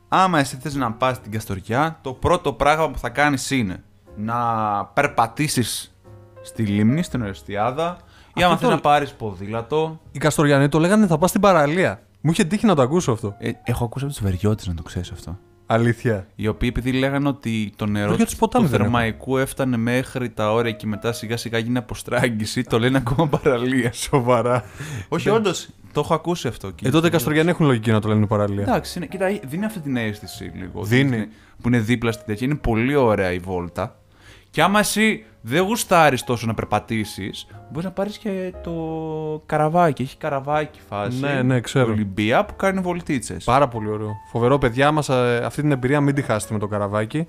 B: Άμα εσύ θες να πας στην Καστοριά, το πρώτο πράγμα που θα κάνεις είναι να περπατήσεις στη λίμνη, στην Ορεστιάδα, ή άμα
A: Αυτό
B: θες
A: το-
B: να πάρεις ποδήλατο.
A: Οι Καστοριανοί το λέγανε θα πας στην παραλία. Μου είχε τύχει να το ακούσω αυτό.
B: Ε, έχω ακούσει από τους Βεριώτες να το ξέρεις αυτό.
A: Αλήθεια.
B: Οι οποίοι επειδή λέγανε ότι το νερό
A: Βεριώτες ποτάμι
B: του
A: δεν έχουν.
B: θερμαϊκού έφτανε μέχρι τα όρια και μετά σιγά σιγά γίνει αποστράγγιση, το λένε ακόμα παραλία.
A: Σοβαρά.
B: Όχι, όντως, το έχω ακούσει αυτό. και-
A: Ε, τότε οι Καστοριανοί έχουν λογική να το λένε παραλία.
B: Εντάξει, είναι, κοίτα, δίνει αυτή την αίσθηση λίγο.
A: Δίνει.
B: Που είναι- Που είναι δίπλα στην τέτοια. Είναι πολύ ωραία η βόλτα. Και άμα εσύ δεν γουστάρεις τόσο να περπατήσεις, μπορείς να πάρεις και το καραβάκι. Έχει καραβάκι φάση.
A: Ναι, ναι, ξέρω.
B: Ολυμπία που κάνει βολτίτσες.
A: Πάρα πολύ ωραίο. Φοβερό, παιδιά μας, αυτή την εμπειρία μην τη χάσετε με το καραβάκι.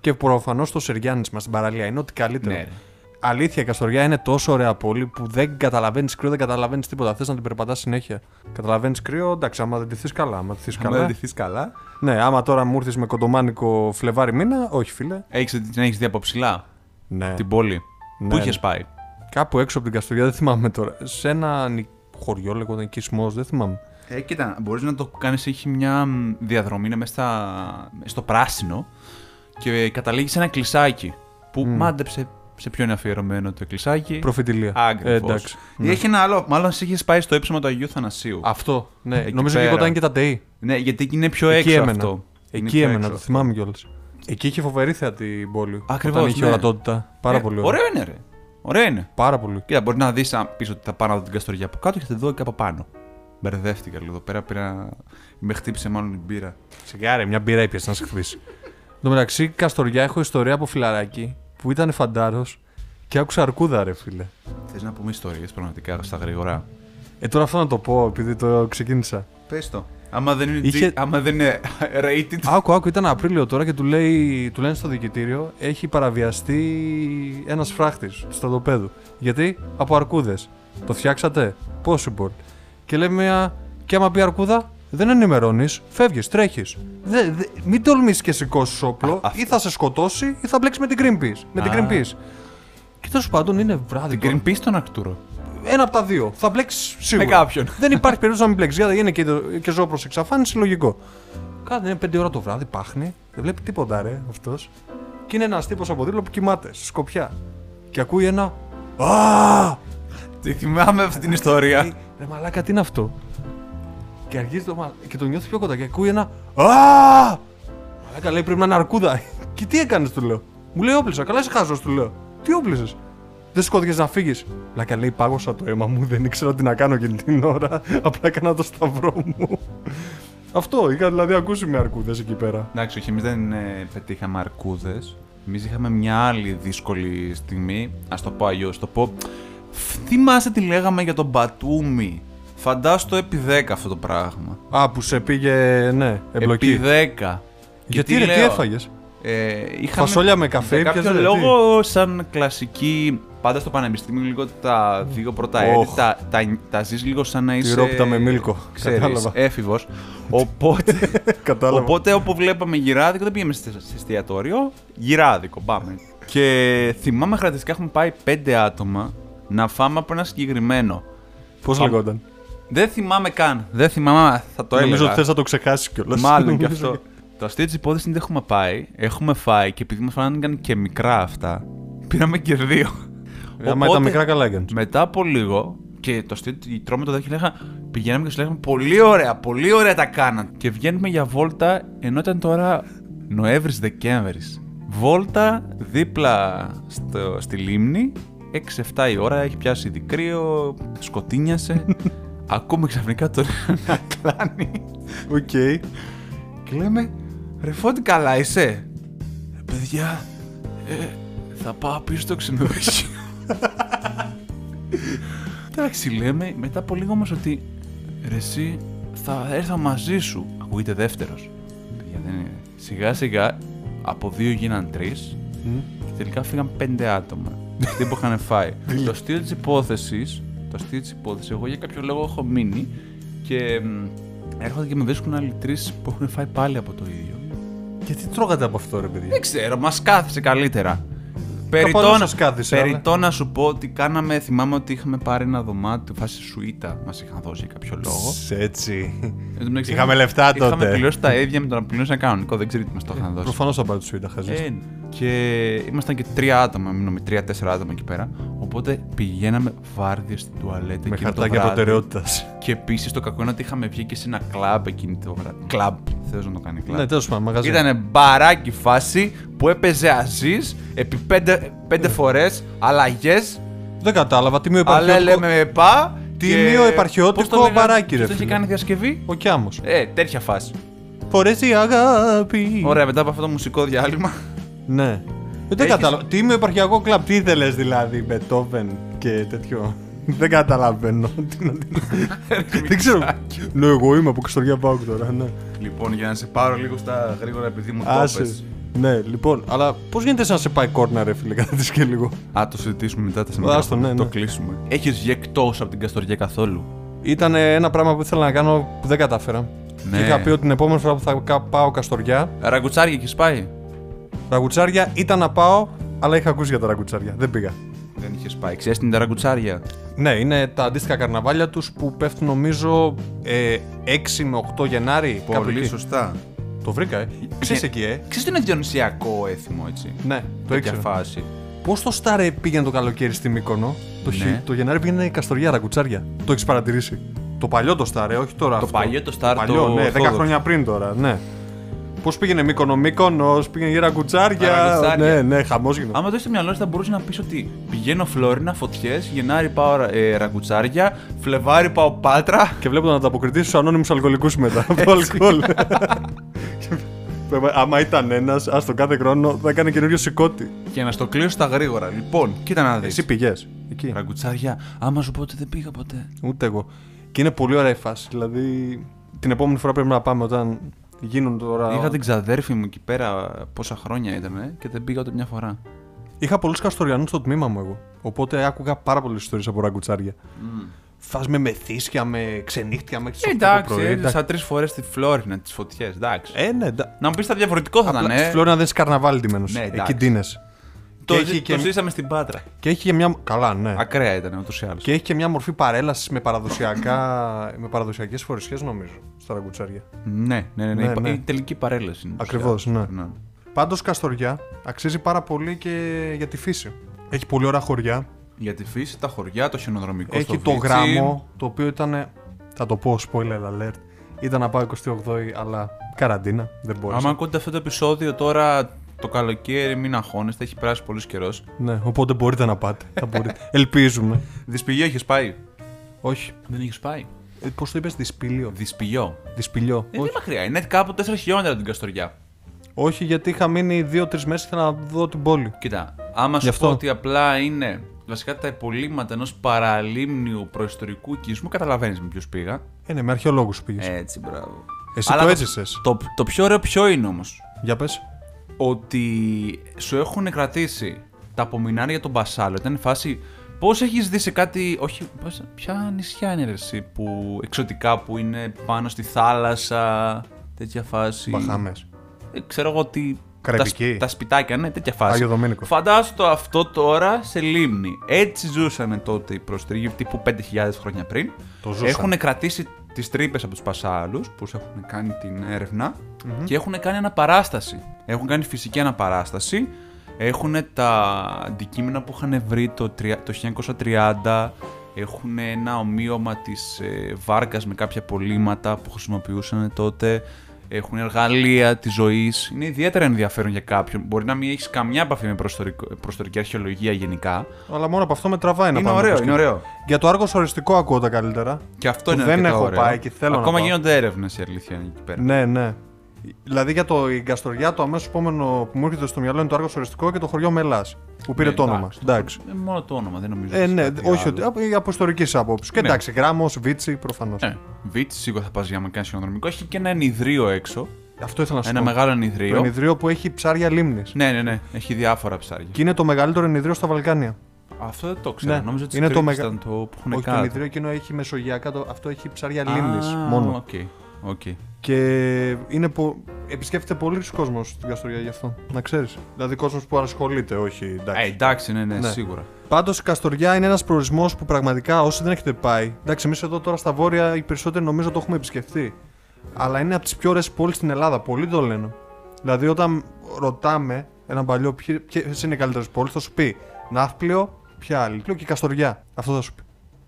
A: Και προφανώς το Σεριάννης μας στην παραλία είναι ό,τι καλύτερο.
B: Ναι, ρε.
A: Αλήθεια, η Καστοριά είναι τόσο ωραία πόλη που δεν καταλαβαίνεις κρύο, δεν καταλαβαίνεις τίποτα. Θες να την περπατάς συνέχεια. Καταλαβαίνεις κρύο, εντάξει, άμα δεν ντυθείς καλά. Άμα ντυθείς καλά.
B: καλά.
A: Ναι, άμα τώρα μου ήρθε με κοντομάνικο Φλεβάρι μήνα, όχι φίλε.
B: Έχεις, την έχεις δει από ψηλά
A: Ναι.
B: την πόλη.
A: Ναι,
B: Πού
A: ναι.
B: είχες πάει.
A: Κάπου έξω από την Καστοριά, δεν θυμάμαι τώρα. Σε ένα νη- χωριό λέγονταν Κισμός, δεν θυμάμαι.
B: Ε, κοίτα, μπορείς να το κάνεις. Έχει μια μ, διαδρομή, είναι μέσα στα- στο πράσινο και καταλήγει σε ένα κλεισάκι. Που μάντεψε σε ποιο είναι αφιερωμένο το κλεισάκι.
A: Προφητηλία.
B: Άγρυφος.
A: Ε, εντάξει.
B: Ή Έχει ένα άλλο, μάλλον εσύ είχε πάει στο ύψωμα του Αγίου Θανασίου.
A: Αυτό, ναι.
B: Εκεί
A: Νομίζω
B: πέρα.
A: και κοντά είναι και τα ΤΕΗ.
B: Ναι, γιατί είναι πιο
A: Εκεί
B: έξω
A: έμενα.
B: αυτό. Είναι
A: Εκεί
B: πιο
A: έμενα,
B: έξω
A: το
B: αυτό.
A: θυμάμαι κιόλας. Εκεί είχε φοβερή θεατή η πόλη.
B: Ακριβώς,
A: Όταν είχε
B: ναι.
A: ορατότητα. Πάρα
B: Ε,
A: πολύ ωραία.
B: Ωραίο είναι, ρε. Ωραίο είναι.
A: Πάρα πολύ.
B: Κοίτα, μπορείς να δεις αν πεις ότι θα πάω να δω την Καστοριά από κάτω και θα τη δω και από πάνω. Μπερδεύτηκα λίγο εδώ πέρα, πήρα... με χτύπησε μάλλον η μπύρα.
A: Σιγάρε, μια μπύρα έπιασες να σε χτυπήσει. Εν τω μεταξύ, Καστοριά έχω ιστορία από φιλαράκι που ήταν φαντάρος και άκουσα αρκούδα, ρε φίλε.
B: Θες να πούμε ιστορίες πραγματικά στα γρήγορα.
A: Ε, τώρα αυτό να το πω, επειδή το ξεκίνησα.
B: Πες το. Άμα δεν είναι, G-
A: Είχε-
B: άμα δεν είναι rated.
A: Άκου, άκου, ήταν Απρίλιο τώρα και του, λέει, του λένε στο δικητήριο έχει παραβιαστεί ένας φράχτης στο στρατοπέδου. Γιατί από αρκούδες. Το φτιάξατε. Possible. Και λέει μια. Και άμα πει αρκούδα, δεν ενημερώνεις. Φεύγεις, τρέχεις. Δε, δε, μην τολμήσεις και σηκώσεις όπλο.
B: αυτό.
A: ή θα σε σκοτώσει ή θα μπλέξεις με την Greenpeace. Με την
B: Α.
A: Greenpeace. Και τέλος πάντων είναι βράδυ.
B: Την
A: τώρα.
B: Greenpeace τον Ακτούρο.
A: Ένα από τα δύο. Θα μπλέξεις σίγουρα.
B: Με κάποιον.
A: Δεν υπάρχει περίπτωση να μην μπλέξεις. Γιατί είναι και, το- και ζώο προς εξαφάνιση, λογικό. Κάτι είναι 5 ώρα το βράδυ, πάχνει. Δεν βλέπει τίποτα, ρε αυτός. Και είναι ένας τύπος από δίπλα που κοιμάται, στη σκοπιά. Και ακούει ένα. Α!
B: Τη θυμάμαι αυτή την
A: Λέει,
B: ιστορία.
A: Ρε μαλάκα, τι είναι αυτό. Και αρχίζει το μα... και το νιώθεις πιο κοντά και ακούει ένα. Α! Μαλάκα λέει πρέπει να είναι αρκούδα. και τι έκανες, του λέω. Μου λέει όπλησα. Καλά, είσαι χάζος, του λέω. Τι όπλησες. Δεν σηκώθηκε να φύγεις. Λάκα λέει πάγωσα το αίμα μου. Δεν ήξερα τι να κάνω εκείνη την ώρα. Απλά έκανα το σταυρό μου. Αυτό είχα δηλαδή ακούσει με αρκούδες εκεί πέρα.
B: Εντάξει, όχι, εμείς δεν ε, πετύχαμε αρκούδες. Εμείς είχαμε μια άλλη δύσκολη στιγμή. Ας το πω αλλιώς. Το πω. Θυμάσαι τι λέγαμε για τον Μπατούμι. Φαντάσου το επί 10 αυτό το πράγμα.
A: Α, που σε πήγε, ναι, εμπλοκή.
B: Επί 10.
A: Γιατί
B: Και
A: ρε, τι
B: λέω,
A: έφαγες.
B: Ε, είχαμε
A: Φασόλια με καφέ,
B: Για κάποιο
A: πιάζε, τι?
B: λόγο, σαν κλασική. Πάντα στο πανεπιστήμιο, λίγο τα δύο πρώτα έτη
A: Οχ.
B: τα, τα, τα ζεις λίγο σαν να είσαι.
A: Τυρόπιτα με μίλκο.
B: Ξέρεις,
A: Κατάλαβα.
B: έφηβος. Οπότε.
A: Κατάλαβα.
B: Οπότε όπου βλέπαμε γυράδικο, δεν πήγαμε σε σε εστιατόριο. Γυράδικο, πάμε. Και θυμάμαι χαρακτηριστικά έχουμε πάει πέντε άτομα να φάμε από ένα συγκεκριμένο.
A: Πώς
B: Α,
A: λεγόταν.
B: Δεν θυμάμαι καν. Δεν θυμάμαι, θα το
A: Νομίζω
B: έλεγα.
A: ότι θες να το ξεχάσεις κιόλας.
B: Μάλλον κι αυτό. Το Αστείο τη υπόθεση είναι ότι έχουμε πάει, έχουμε φάει και επειδή μας φάνηκαν και μικρά αυτά, πήραμε και δύο.
A: Ε, Άμα ήταν μικρά, καλά έκανες.
B: Μετά από λίγο, και το αστείο ότι τρώμε το δάχτυλο, λέγα, πηγαίναμε και σου λέγαμε Πολύ ωραία, πολύ ωραία τα κάναν. Και βγαίνουμε για βόλτα, ενώ ήταν τώρα Νοέμβρη-Δεκέμβρη. Βόλτα δίπλα στο, στη λίμνη, 6-7 η ώρα, έχει πιάσει ήδη κρύο, σκοτίνιασε. Ακούμε ξαφνικά το να κλάνει.
A: Οκ.
B: Και λέμε, ρε Φώτη καλά είσαι. «Ε, παιδιά, ε, θα πάω πίσω στο ξενοδοχείο. Εντάξει λέμε, μετά από λίγο όμως ότι ρε εσύ θα έρθω μαζί σου. Ακούγεται δεύτερος. Παιδιά δεν είναι. Σιγά σιγά από δύο γίναν τρεις και τελικά φύγαν πέντε άτομα. Τι που είχαν φάει. το αστείο της υπόθεσης, το αστείο της υπόθεσης, εγώ για κάποιο λόγο έχω μείνει και μ, έρχονται και με βρίσκουν άλλοι τρεις που έχουν φάει πάλι από το ίδιο.
A: Γιατί τρώγατε από αυτό, ρε παιδιά.
B: Δεν ξέρω, μας κάθισε καλύτερα.
A: Κάπου
B: Περιτώ να,
A: αλλού σας κάθισε,
B: περιττό να σου πω ότι κάναμε, θυμάμαι ότι είχαμε πάρει ένα δωμάτιο, φάση σουίτα, μας είχαν δώσει για κάποιο λόγο.
A: Σ, Έτσι.
B: Εν τω μεταξύ,
A: Είχαμε λεφτά τότε.
B: Είχαμε πληρώσει τα ίδια με το να πληρώνει ένα κανονικό, δεν ξέρω τι μας το είχαν δώσει.
A: Προφανώς θα πάρει του Σουίτα, χαζή.
B: Ε, και ήμασταν και τρία άτομα, μείναμε τρία-τέσσερα άτομα εκεί πέρα. Οπότε πηγαίναμε βάρδιες στην τουαλέτα
A: με
B: εκείνο το
A: χαρτάκια
B: βράδυ.
A: προτεραιότητας.
B: Και επίσης το κακό είναι ότι είχαμε βγει και σε ένα κλαμπ εκείνη το βράδυ. Κλαμπ, θέλω να το κάνει κλαμπ.
A: Ναι, τέλος πάντων, μαγαζί.
B: Ήτανε μπαράκι φάση που έπαιζε Αζή επί πέντε, πέντε φορές αλλαγές.
A: Δεν κατάλαβα. Τιμίο
B: Αλλά
A: υπαρχιώτικο.
B: λέμε πα.
A: Τιμίο επαρχιώτικο μπαράκι, ρε
B: ρε. Το είχε
A: φίλε.
B: κάνει διασκευή.
A: Ο Κιάμος.
B: Ε, τέτοια φάση.
A: Φορέσει η αγάπη.
B: Ωραία, μετά από αυτό το μουσικό διάλειμμα.
A: Ναι. Δεν
B: Έχεις-
A: κατάλαβα. Τι είμαι επαρχιακό κλαμπ, τι ήθελες δηλαδή, Μπετόβεν και τέτοιο. Δεν καταλαβαίνω. Τι να- τι να- Δεν ξέρω. Ναι, εγώ είμαι από Καστοριά Πάουκ τώρα, ναι.
B: λοιπόν, για να σε πάρω λίγο στα γρήγορα επειδή μου το
A: Άσε.
B: είπες.
A: Ναι, λοιπόν, αλλά πώς γίνεται σαν να σε πάει κόρνα, ρε φίλε, κατά τη και λίγο.
B: Α, το συζητήσουμε μετά τα
A: Άστο,
B: σημεία.
A: ναι, ναι.
B: Το κλείσουμε. Έχεις βγει εκτός από την Καστοριά καθόλου.
A: Ήταν ένα πράγμα που ήθελα να κάνω που δεν κατάφερα.
B: Ναι.
A: Και είχα πει ότι την επόμενη φορά που θα κα- πάω Καστοριά,
B: Ραγκουτσάρια έχεις πάει.
A: ραγουτσάρια ήταν να πάω, αλλά είχα ακούσει για τα ραγουτσάρια. Δεν πήγα.
B: Δεν είχες πάει. Ξέρεις την ραγκουτσάρια.
A: Ναι, είναι τα αντίστοιχα καρναβάλια τους που πέφτουν νομίζω ε, 6 με 8 Γενάρη. κάπου
B: Πολύ
A: εκεί.
B: σωστά.
A: Το βρήκα, ε. Ξέρεις εκεί, ε.
B: Ξέρεις ότι είναι διονυσιακό έθιμο, έτσι.
A: Ναι, το
B: Τέτοια
A: ήξερα.
B: φάση.
A: Πώς το Σταρ πήγαινε το καλοκαίρι στην Μύκονο, το, χι-
B: Ναι.
A: το Γενάρη πήγαινε η Καστοριά, ρακουτσάρια. Το έχεις παρατηρήσει. Το παλιό το Σταρ, ε, όχι τώρα.
B: Το
A: αυτό.
B: παλιό το Σταρ,
A: παλιό,
B: το
A: ναι, 10
B: Θόδωρο.
A: χρόνια πριν τώρα, ναι. Πώς πήγαινε Μύκονο, Μύκονο, πήγαινε η ρακουτσάρια.
B: Ρακουτσάρια.
A: Ναι, ναι, χαμός γινόταν.
B: Άμα το είσαι στο μυαλό σου, θα μπορούσε να πεις ότι πηγαίνω Φλόρινα, φωτιές, Γενάρη πάω ε, ραγκουτσάρια, Φλεβάρι πάω Πάτρα.
A: Και βλέπω να τα αποκριτήσει στους ανώνυμους αλκοολικούς μετά από το αλκοόλ. Βέβαια, Άμα ήταν ένας, ας τον κάθε χρόνο θα έκανε καινούριο σηκώτη.
B: Για να στο κλείσω στα γρήγορα. Λοιπόν, κοίτα να δεις.
A: Εσύ πηγές. Εκεί.
B: Ραγκουτσάρια, άμα σου πω ότι δεν πήγα ποτέ.
A: Ούτε εγώ. Και είναι πολύ ωραία η φάση. Δηλαδή, την επόμενη φορά πρέπει να πάμε όταν γίνουν τώρα.
B: Είχα την ξαδέρφη μου εκεί πέρα πόσα χρόνια ήταν ε, και δεν πήγα ούτε μια φορά.
A: Είχα πολλούς Καστοριανούς στο τμήμα μου εγώ. Οπότε άκουγα πάρα πολλές ιστορίες από ραγκουτσάρια. Φας με μεθύσια, με ξενύχτια μέχρι τι 8 το
B: Εντάξει,
A: πρωί.
B: έζησα τρεις φορές τη Φλόρινα, τις φωτιές. Εντάξει.
A: Ε, ναι, εντάξει.
B: Να μου πεις τα διαφορετικό θα ήταν.
A: Απλά στη
B: Ε.
A: Φλόρινα δεν είσαι καρναβάλι ντυμένος.
B: Ναι, εντάξει.
A: Εκεί ντύνεσαι.
B: Το,
A: και
B: ζη-
A: έχει και-
B: το ζήσαμε στην Πάτρα.
A: Και έχει και μια. Καλά, ναι.
B: Ακραία ήταν ούτως ή άλλως.
A: Και έχει και μια μορφή παρέλασης με, παραδοσιακά... με παραδοσιακές φορεσιές, νομίζω, στα ραγκουτσάρια.
B: Ναι, ναι, ναι. ναι,
A: Ναι,
B: υπα-
A: ναι.
B: Η τελική παρέλαση. είναι.
A: Ακριβώς, ναι.
B: ναι.
A: Πάντως Καστοριά αξίζει πάρα πολύ και για τη φύση. Έχει πολύ ωραία χωριά.
B: Για τη φύση, τα χωριά, το χιονοδρομικό στο
A: Έχει το
B: Βίτσι.
A: γράμμο, το οποίο ήταν. Θα το πω, spoiler alert. Ήταν να πάω 28η, αλλά καραντίνα. Δεν μπορούσα.
B: Άμα ακούτε αυτό το επεισόδιο τώρα το καλοκαίρι, μην αγχώνεστε, έχει περάσει πολύ καιρός.
A: Ναι, οπότε μπορείτε να πάτε. Θα μπορείτε. Ελπίζουμε.
B: Δυσπηγείο έχεις πάει.
A: Όχι.
B: Δεν έχεις πάει.
A: Ε, Πώς το είπες, Δυσπηλίο.
B: Δυσπηγείο.
A: Δυσπηλιό.
B: Ε, δεν είναι μακριά, είναι κάπου 4 χιλιόμετρα από την Καστοριά.
A: Όχι, γιατί είχα μείνει δύο-τρει μέρες και να δω την πόλη.
B: Κοίτα, άμα
A: Γι'
B: σου
A: αυτό.
B: πω ότι απλά είναι βασικά τα υπολείμματα ενός παραλίμνιου προϊστορικού οικισμού, καταλαβαίνεις με ποιους πήγα.
A: Ε, ναι, με αρχαιολόγους πήγες.
B: Έτσι, μπράβο.
A: Εσύ το έζησες.
B: Το, το πιο ωραίο ποιο είναι όμως.
A: Για πες.
B: Ότι σου έχουν κρατήσει τα απομεινάρια για τον Μπασάλο. Ήταν φάση. Πώς έχεις δει σε κάτι. Όχι, πώς, ποια νησιά είναι ρε, εσύ που εξωτικά που είναι πάνω στη θάλασσα. Τέτοια φάση.
A: Μπαχάμες.
B: Ε, ξέρω εγώ ότι.
A: Καραϊβική.
B: Τα, σ- τα σπιτάκια, ναι, τέτοια φάση.
A: Άγιο Δομήνικο.
B: Φαντάσου το αυτό τώρα σε λίμνη. Έτσι ζούσαν τότε οι προστρίγοι τύπου 5.000 χρόνια πριν.
A: Το ζούσαν.
B: Έχουν κρατήσει τις τρύπες από τους πασάλους που σου έχουν κάνει την ερευνα και έχουν κάνει αναπαράσταση. Έχουν κάνει φυσική αναπαράσταση. Έχουν τα αντικείμενα που είχαν βρει το, τρια- το 1930. Έχουν ένα ομοίωμα της ε, βάρκας με κάποια πολύματα που χρησιμοποιούσαν τότε. Έχουν εργαλεία της ζωής. Είναι ιδιαίτερα ενδιαφέρον για κάποιον. Μπορεί να μην έχεις καμιά επαφή με προστορικο- προστορική αρχαιολογία γενικά.
A: Αλλά μόνο από αυτό με τραβάει να
B: Είναι
A: πάμε
B: ωραίο,
A: όπως
B: είναι
A: και-
B: ωραίο.
A: Για το άργο οριστικό ακούω τα καλύτερα.
B: Και αυτό
A: Που
B: είναι
A: δεν
B: αρκετά
A: έχω
B: ωραίο.
A: πάει και θέλω να
B: Ακόμα
A: πάω.
B: γίνονται έρευνες η αλήθεια είναι εκεί πέρα.
A: Ναι, ναι. Δηλαδή για το η Γκαστοριά, το αμέσως επόμενο που μου έρχεται στο μυαλό είναι το άργος οριστικό και το χωριό Μελάς. Που πήρε
B: Ναι,
A: το όνομα.
B: εντάξει,
A: Εντάξει.
B: Ε, μόνο το όνομα, δεν νομίζω.
A: Ε,
B: ότι
A: ναι,
B: κάτι
A: όχι,
B: άλλο.
A: ότι, από, από ιστορική άποψης. Και
B: Ναι.
A: εντάξει, γράμμος, βίτσι, προφανώς.
B: Ε, Βίτ, σίγουρα θα πας για να κάνει χειρονομικό. Έχει και ένα ενιδρίο έξω.
A: Αυτό ήθελα να σου
B: Ένα
A: πω.
B: μεγάλο
A: Το
B: ενιδρίο.
A: ενιδρίο που έχει ψάρια λίμνης.
B: Ναι, ναι, ναι. Έχει διάφορα ψάρια.
A: Και είναι το μεγαλύτερο ενιδρίο στα Βαλκάνια.
B: Αυτό δεν το ξέρω.
A: Ναι,
B: Νόμιζα ότι
A: είναι το
B: το
A: μεγα-
B: ήταν το που έχουν
A: όχι, το
B: κάτω.
A: ενιδρίο εκείνο έχει μεσογειακά, το, αυτό έχει ψάρια
B: Ναι, Α,
A: λίμνη μόνο.
B: Οκ. οκ. Ε,
A: Και είναι που επισκέφτεται πολλοί κόσμος στην Καστοριά γι' αυτό. Να ξέρεις. Δηλαδή κόσμος που ασχολείται, όχι.
B: Ε,
A: Εντάξει.
B: εντάξει, ναι, ναι,
A: Ναι.
B: σίγουρα.
A: Πάντως η Καστοριά είναι ένας προορισμός που πραγματικά όσοι δεν έχετε πάει. Εντάξει, εμείς εδώ τώρα στα βόρεια οι περισσότεροι νομίζω το έχουμε επισκεφτεί. Αλλά είναι από τις πιο ωραίες πόλεις στην Ελλάδα. Πολλοί το λένε. Δηλαδή, όταν ρωτάμε έναν παλιό ποιε ποιες είναι οι καλύτερες πόλεις, θα σου πει Ναύπλιο, ποια άλλη. Ναύπλιο και η Καστοριά. Αυτό θα σου πει.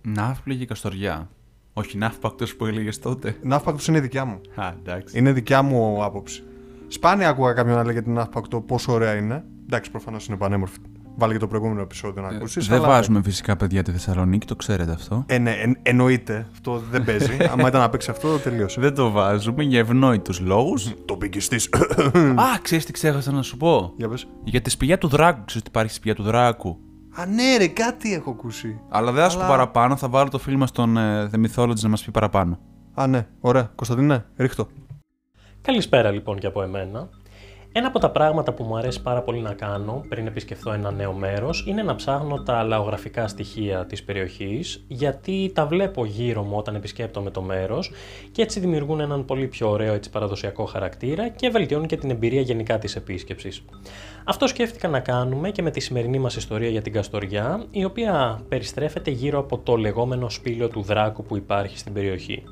B: Ναύπλη και καστοριά. Όχι ναύπακτος που έλεγες τότε.
A: Ναύπακτος είναι δικιά μου.
B: Α, εντάξει.
A: Είναι δικιά μου άποψη. Σπάνια άκουγα κάποιον να λέει για την Ναύπακτο πόσο ωραία είναι. Εντάξει, προφανώς είναι πανέμορφη. Βάλει και το προηγούμενο επεισόδιο να
B: Ε,
A: ακούσεις.
B: δεν βάζουμε φυσικά παιδιά τη Θεσσαλονίκη, το ξέρετε αυτό.
A: Ε, ναι, εν- εννοείται. Αυτό δεν παίζει. Άμα ήταν να παίξει αυτό, τελείωσε.
B: Δεν το βάζουμε για ευνόητους λόγους.
A: Το πικιστή.
B: Α, ξέρεις τι ξέχασα να σου πω.
A: Για πες.
B: Για τη σπηλιά του Δράκου, ξέρεις ότι υπάρχει σπηλιά του Δράκου.
A: Α, ναι, ρε, κάτι έχω ακούσει.
B: Αλλά δεν θα σου πω
A: Αλλά-
B: παραπάνω, θα βάλω το φίλο μα τον ε, The Mythology να μας πει παραπάνω.
A: Α, ναι, ωραία. Κωνσταντίνε, ρίχτω.
D: Καλησπέρα λοιπόν και από εμένα. Ένα από τα πράγματα που μου αρέσει πάρα πολύ να κάνω πριν επισκεφθώ ένα νέο μέρος είναι να ψάχνω τα λαογραφικά στοιχεία της περιοχής γιατί τα βλέπω γύρω μου όταν επισκέπτομαι το μέρος και έτσι δημιουργούν έναν πολύ πιο ωραίο έτσι, παραδοσιακό χαρακτήρα και βελτιώνουν και την εμπειρία γενικά της επίσκεψης. Αυτό σκέφτηκα να κάνουμε και με τη σημερινή μας ιστορία για την Καστοριά η οποία περιστρέφεται γύρω από το λεγόμενο σπήλιο του δράκου που υπάρχει στην περιοχή.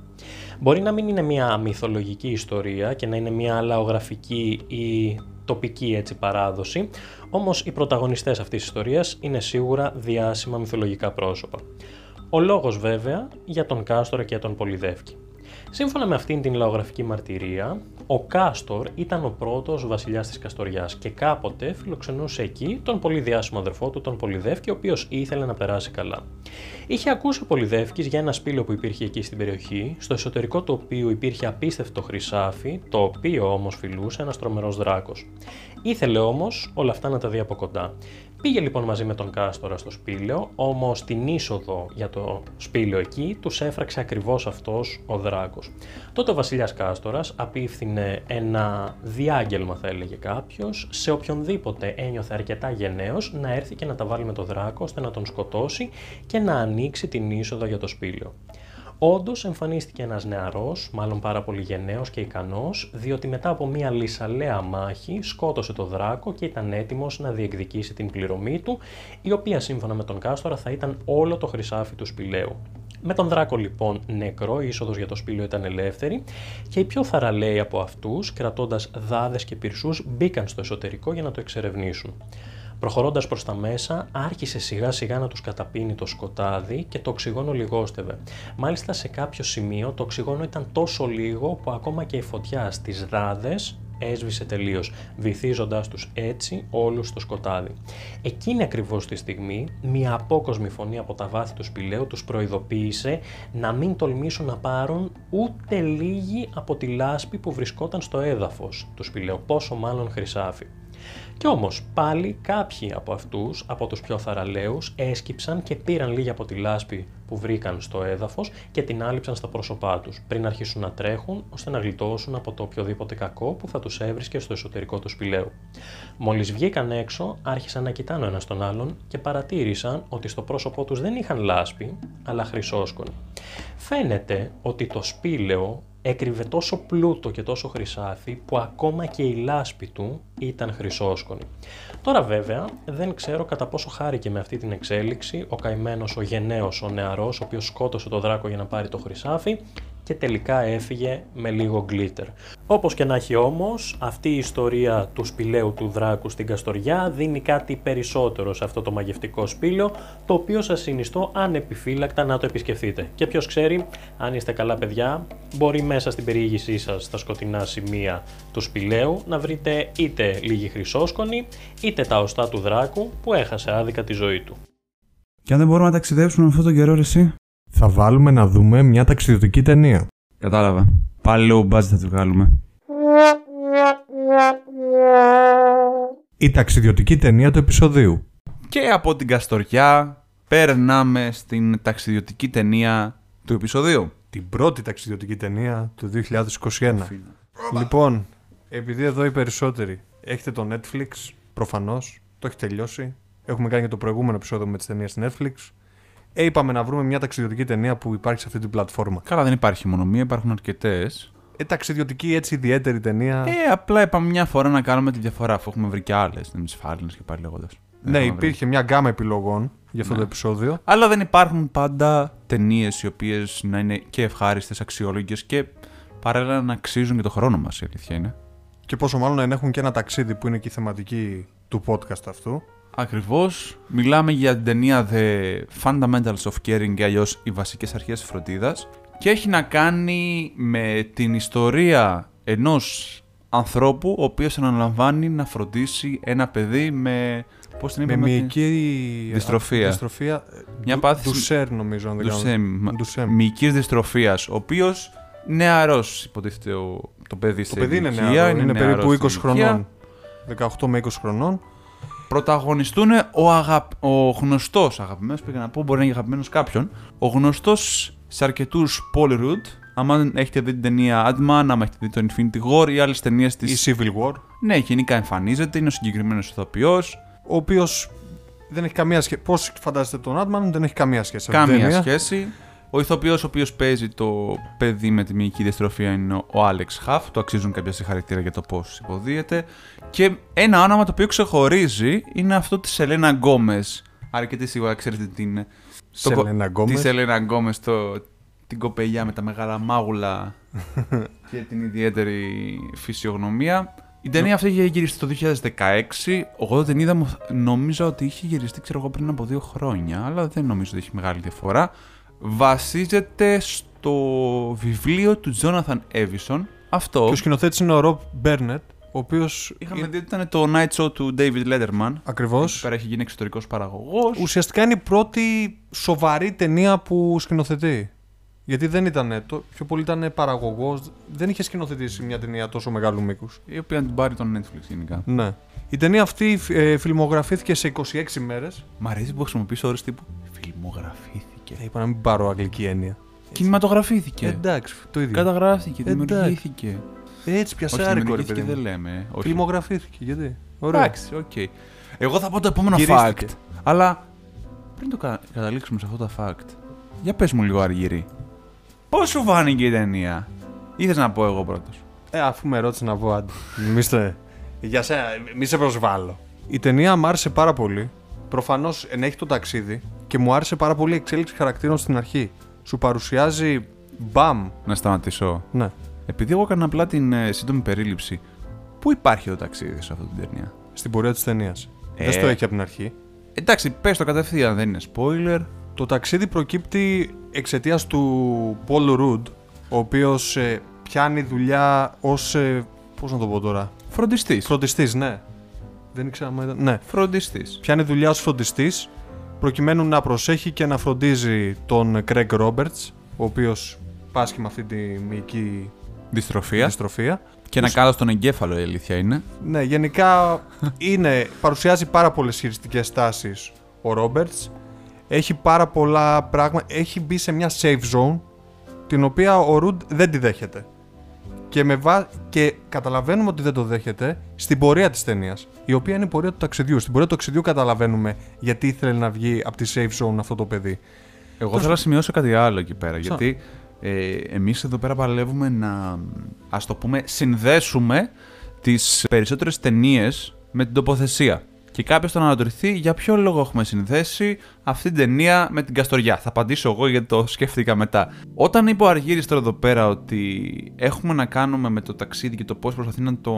D: Μπορεί να μην είναι μια μυθολογική ιστορία και να είναι μια λαογραφική ή τοπική έτσι παράδοση, όμως οι πρωταγωνιστές αυτής της ιστορίας είναι σίγουρα διάσημα μυθολογικά πρόσωπα. Ο λόγος βέβαια για τον Κάστορα και τον Πολυδεύκη. Σύμφωνα με αυτήν την λαογραφική μαρτυρία, ο Κάστορ ήταν ο πρώτος βασιλιάς της Καστοριάς και κάποτε φιλοξενούσε εκεί τον πολύ διάσημο αδερφό του, τον Πολυδεύκη, ο οποίος ήθελε να περάσει καλά. Είχε ακούσει ο Πολυδεύκης για ένα σπήλαιο που υπήρχε εκεί στην περιοχή, στο εσωτερικό του οποίου υπήρχε απίστευτο χρυσάφι, το οποίο όμως φιλούσε ένας τρομερός δράκος. Ήθελε όμως όλα αυτά να τα δει από κοντά. Πήγε λοιπόν μαζί με τον Κάστορα στο σπήλαιο, όμως την είσοδο για το σπήλαιο εκεί τους έφραξε ακριβώς αυτός ο δράκος. Τότε ο βασιλιάς Κάστορας απίφθινε ένα διάγγελμα θα έλεγε κάποιος, σε οποιονδήποτε ένιωθε αρκετά γενναίος να έρθει και να τα βάλει με τον δράκο ώστε να τον σκοτώσει και να ανοίξει την είσοδο για το σπήλαιο. Όντως εμφανίστηκε ένας νεαρός, μάλλον πάρα πολύ γενναίος και ικανός, διότι μετά από μία λυσαλέα μάχη σκότωσε το δράκο και ήταν έτοιμος να διεκδικήσει την πληρωμή του, η οποία σύμφωνα με τον Κάστορα θα ήταν όλο το χρυσάφι του σπηλαίου. Με τον Δράκο λοιπόν νεκρό, η είσοδος για το σπήλαιο ήταν ελεύθερη και οι πιο θαραλέοι από αυτούς, κρατώντας δάδες και πυρσούς, μπήκαν στο εσωτερικό για να το εξερευνήσουν. Προχωρώντας προς τα μέσα, άρχισε σιγά σιγά να τους καταπίνει το σκοτάδι και το οξυγόνο λιγόστευε. Μάλιστα σε κάποιο σημείο το οξυγόνο ήταν τόσο λίγο που ακόμα και η φωτιά στις ράδες έσβησε τελείως, βυθίζοντάς τους έτσι όλους στο σκοτάδι. Εκείνη ακριβώς τη στιγμή, μια απόκοσμη φωνή από τα βάθη του σπηλαίου τους προειδοποίησε να μην τολμήσουν να πάρουν ούτε λίγη από τη λάσπη που βρισκόταν στο έδαφος του σπηλαίου, πόσο μάλλον χρυσάφι. Κι όμως πάλι κάποιοι από αυτούς, από τους πιο θαραλέους, έσκυψαν και πήραν λίγη από τη λάσπη που βρήκαν στο έδαφος και την άλυψαν στα πρόσωπά τους, πριν αρχίσουν να τρέχουν ώστε να γλιτώσουν από το οποιοδήποτε κακό που θα τους έβρισκε στο εσωτερικό του σπηλαίου. Μόλις βγήκαν έξω, άρχισαν να κοιτάνε ο ένας τον άλλον και παρατήρησαν ότι στο πρόσωπό τους δεν είχαν λάσπη, αλλά χρυσόσκονη. Φαίνεται ότι το σπήλαιο έκρυβε τόσο πλούτο και τόσο χρυσάφι που ακόμα και η λάσπη του ήταν χρυσόσκονη. Τώρα βέβαια δεν ξέρω κατά πόσο χάρηκε με αυτή την εξέλιξη ο καημένος, ο γενναίος, ο νεαρός, ο οποίος σκότωσε το δράκο για να πάρει το χρυσάφι και τελικά έφυγε με λίγο γκλίτερ. Όπως και να έχει όμως, αυτή η ιστορία του σπηλαίου του δράκου στην Καστοριά δίνει κάτι περισσότερο σε αυτό το μαγευτικό σπήλαιο, το οποίο σας συνιστώ ανεπιφύλακτα να το επισκεφτείτε. Και ποιος ξέρει, αν είστε καλά παιδιά, μπορεί μέσα στην περιήγησή σας στα σκοτεινά σημεία του σπηλαίου να βρείτε είτε λίγη χρυσόσκονη, είτε τα οστά του δράκου που έχασε άδικα τη ζωή του.
E: Και αν δεν μπορούμε να ταξιδέψουμε αυτόν τον καιρό, ρε, εσύ.
A: Θα βάλουμε να δούμε μια ταξιδιωτική ταινία.
B: Κατάλαβα. Πάλι low budget θα του βγάλουμε.
A: Η ταξιδιωτική ταινία του επεισοδίου.
B: Και από την Καστοριά περνάμε στην ταξιδιωτική ταινία του επεισοδίου.
A: Την πρώτη ταξιδιωτική ταινία του 2021. Λοιπόν, επειδή εδώ οι περισσότεροι έχετε το Netflix, προφανώς, το έχει τελειώσει. Έχουμε κάνει και το προηγούμενο επεισόδιο με τις ταινίες Netflix. Ε, είπαμε να βρούμε μια ταξιδιωτική ταινία που υπάρχει σε αυτή την πλατφόρμα.
B: Καλά, δεν υπάρχει μόνο μία, υπάρχουν αρκετές.
A: Ε, ταξιδιωτική έτσι ιδιαίτερη ταινία.
B: Ε, απλά είπαμε μια φορά να κάνουμε τη διαφορά, αφού έχουμε βρει και άλλε. Δεν είναι και πάλι λέγοντας.
A: ναι, υπήρχε μια γκάμα επιλογών για αυτό
B: Ναι.
A: το επεισόδιο.
B: Αλλά δεν υπάρχουν πάντα ταινίες οι οποίες να είναι και ευχάριστες, αξιόλογες και παράλληλα να αξίζουν και το χρόνο μας. Η αλήθεια είναι.
A: Και πόσο μάλλον να ενέχουν και ένα ταξίδι που είναι και η θεματική του podcast αυτού.
B: Ακριβώς. Μιλάμε για την ταινία The Fundamentals of Caring και αλλιώς Οι Βασικές Αρχές Φροντίδας. Και έχει να κάνει με την ιστορία ενός ανθρώπου ο οποίος αναλαμβάνει να φροντίσει ένα παιδί με. Πώς την
A: Με
B: είπαμε, την-
A: μυϊκή ε,
B: Δυστροφία.
A: δυστροφία.
B: Μια πάθηση-
A: Ντουσέρ, νομίζω, αν δεν κάνω. Ντουσέμ.
B: μυϊκής δυστροφίας, ο οποίος νεαρός υποτίθεται ο, το παιδί
A: Το
B: στην
A: παιδί είναι
B: ηλικία,
A: νεαρό, είναι,
B: νεαρός
A: περίπου 20
B: στην ηλικία.
A: χρονών. 18 με 20 χρονών.
B: Πρωταγωνιστούν ο, αγαπ... ο γνωστός αγαπημένος, πήγα να πω μπορεί να είναι αγαπημένος κάποιον, ο γνωστός σε αρκετούς Πολυρουτ, άμα έχετε δει την ταινία Ant-Man, άμα έχετε δει το Infinity War ή άλλες ταινίες
A: Η
B: της...
A: Civil War.
B: Ναι, γενικά εμφανίζεται, είναι ο συγκεκριμένος ηθοποιός,
A: Ο οποίος δεν έχει καμία σχέση. Πώς φαντάζεστε τον Άντμαν, δεν έχει καμία σχέση. με την
B: Κάμια
A: ταινία.
B: σχέση. Ο ηθοποιός ο οποίος παίζει το παιδί με τη μυϊκή διαστροφία είναι ο Άλεξ Χαφ. Το αξίζουν κάποια συγχαρητήρια για το πώς υποδίεται. Και ένα όνομα το οποίο ξεχωρίζει είναι αυτό της Ελένα Γκόμες. Αρκετή σίγουρα ξέρετε την... το κο-
A: Σελένα Γκόμες.
B: Της Ελένα Γκόμες, το... την κοπελιά με τα μεγάλα μάγουλα και την ιδιαίτερη φυσιογνωμία. Η ταινία αυτή είχε γυριστεί το 2016. Εγώ την είδα, μου- νόμιζα ότι είχε γυριστεί ξέρω εγώ, πριν από δύο χρόνια, αλλά δεν νομίζω ότι έχει μεγάλη διαφορά. Βασίζεται στο βιβλίο του Τζόναθαν Έβισον. Αυτό.
A: Και ο σκηνοθέτης είναι ο Ρομπ Μπέρνετ, ο οποίος.
B: Είχαμε δει ότι ήταν το Night Show του David Letterman.
A: Ακριβώς.
B: Εκεί πέρα έχει γίνει εξωτερικός παραγωγός.
A: Ουσιαστικά είναι η πρώτη σοβαρή ταινία που σκηνοθετεί. Γιατί δεν ήταν. Το, πιο πολύ ήταν παραγωγός. Δεν είχε σκηνοθετήσει μια ταινία τόσο μεγάλου μήκους.
B: Η οποία την πάρει τον Netflix γενικά.
A: Ναι. Η ταινία αυτή ε, φιλμογραφήθηκε σε 26 μέρες.
B: Μ' αρέσει που χρησιμοποιείς όρου τύπου. Φιλμογραφήθηκε.
A: Ε, είπα να μην πάρω αγγλική έννοια.
B: Κινηματογραφήθηκε.
A: Εντάξει, το ίδιο.
B: Καταγράφηκε,
A: Εντάξει.
B: Ε. δημιουργήθηκε.
A: Έτσι, πια
B: Όχι,
A: σε άρικο, ρε
B: δημιουργήθηκε
A: παιδί.
B: δεν
A: μου.
B: λέμε. Όχι.
A: Φιλμογραφήθηκε, γιατί. Ωραία.
B: Εντάξει, οκ. Εγώ θα πω το επόμενο
A: Γυρίστηκε.
B: fact. Αλλά πριν το κα- καταλήξουμε σε αυτό το fact, για πες μου λίγο αργύρι. Πώς σου φάνηκε η ταινία. Ήθελες να πω εγώ πρώτος.
A: Ε, αφού με ρώτησε να πω, άντε. Μη σε, για σένα, μη σε προσβάλλω. Η ταινία μου άρεσε πάρα πολύ. Προφανώς ενέχει το ταξίδι και μου άρεσε πάρα πολύ η εξέλιξη χαρακτήρων στην αρχή. Σου παρουσιάζει μπαμ.
B: Να σταματήσω.
A: Ναι.
B: Επειδή εγώ έκανα απλά την ε, σύντομη περίληψη, πού υπάρχει το ταξίδι σε αυτή την ταινία.
A: Στην πορεία της ταινίας.
B: Ε.
A: Δεν στο έχει από την αρχή.
B: Εντάξει, πες το κατευθείαν, δεν είναι spoiler.
A: Το ταξίδι προκύπτει εξαιτίας του Πολ Ρουντ, ο οποίος πιάνει δουλειά ως. Ε, Πώς να το πω τώρα.
B: Φροντιστής.
A: Φροντιστής, ναι. Δεν ήξερα αν ήταν. Ναι.
B: Φροντιστής.
A: πιάνει δουλειά ως φροντιστής προκειμένου να προσέχει και να φροντίζει τον Κρέγκ Ρόμπερτς ο οποίος πάσχει με αυτή τη μυϊκή
B: Δυστροφία.
A: δυστροφία.
B: Και ένα κάτω στον εγκέφαλο η αλήθεια είναι.
A: Ναι, γενικά είναι, παρουσιάζει πάρα πολλές χειριστικές τάσεις ο Ρόμπερτς. Έχει πάρα πολλά πράγματα. Έχει μπει σε μια safe zone την οποία ο Ρουντ δεν τη δέχεται. Και, με βα... και καταλαβαίνουμε ότι δεν το δέχεται στην πορεία της ταινίας. Η οποία είναι η πορεία του ταξιδιού. Στην πορεία του ταξιδιού καταλαβαίνουμε γιατί ήθελε να βγει από τη safe zone αυτό το παιδί.
B: Εγώ θέλω να σημειώσω κάτι άλλο εκεί πέρα. Γιατί ε, εμείς εδώ πέρα παλεύουμε να ας το πούμε συνδέσουμε τις περισσότερες ταινίες με την τοποθεσία. και κάποιος θα αναρωτηθεί για ποιο λόγο έχουμε συνδέσει αυτή την ταινία με την Καστοριά. Θα απαντήσω εγώ γιατί το σκέφτηκα μετά. Όταν είπε ο Αργύρι τώρα εδώ πέρα ότι έχουμε να κάνουμε με το ταξίδι και το πώς προσπαθεί να το.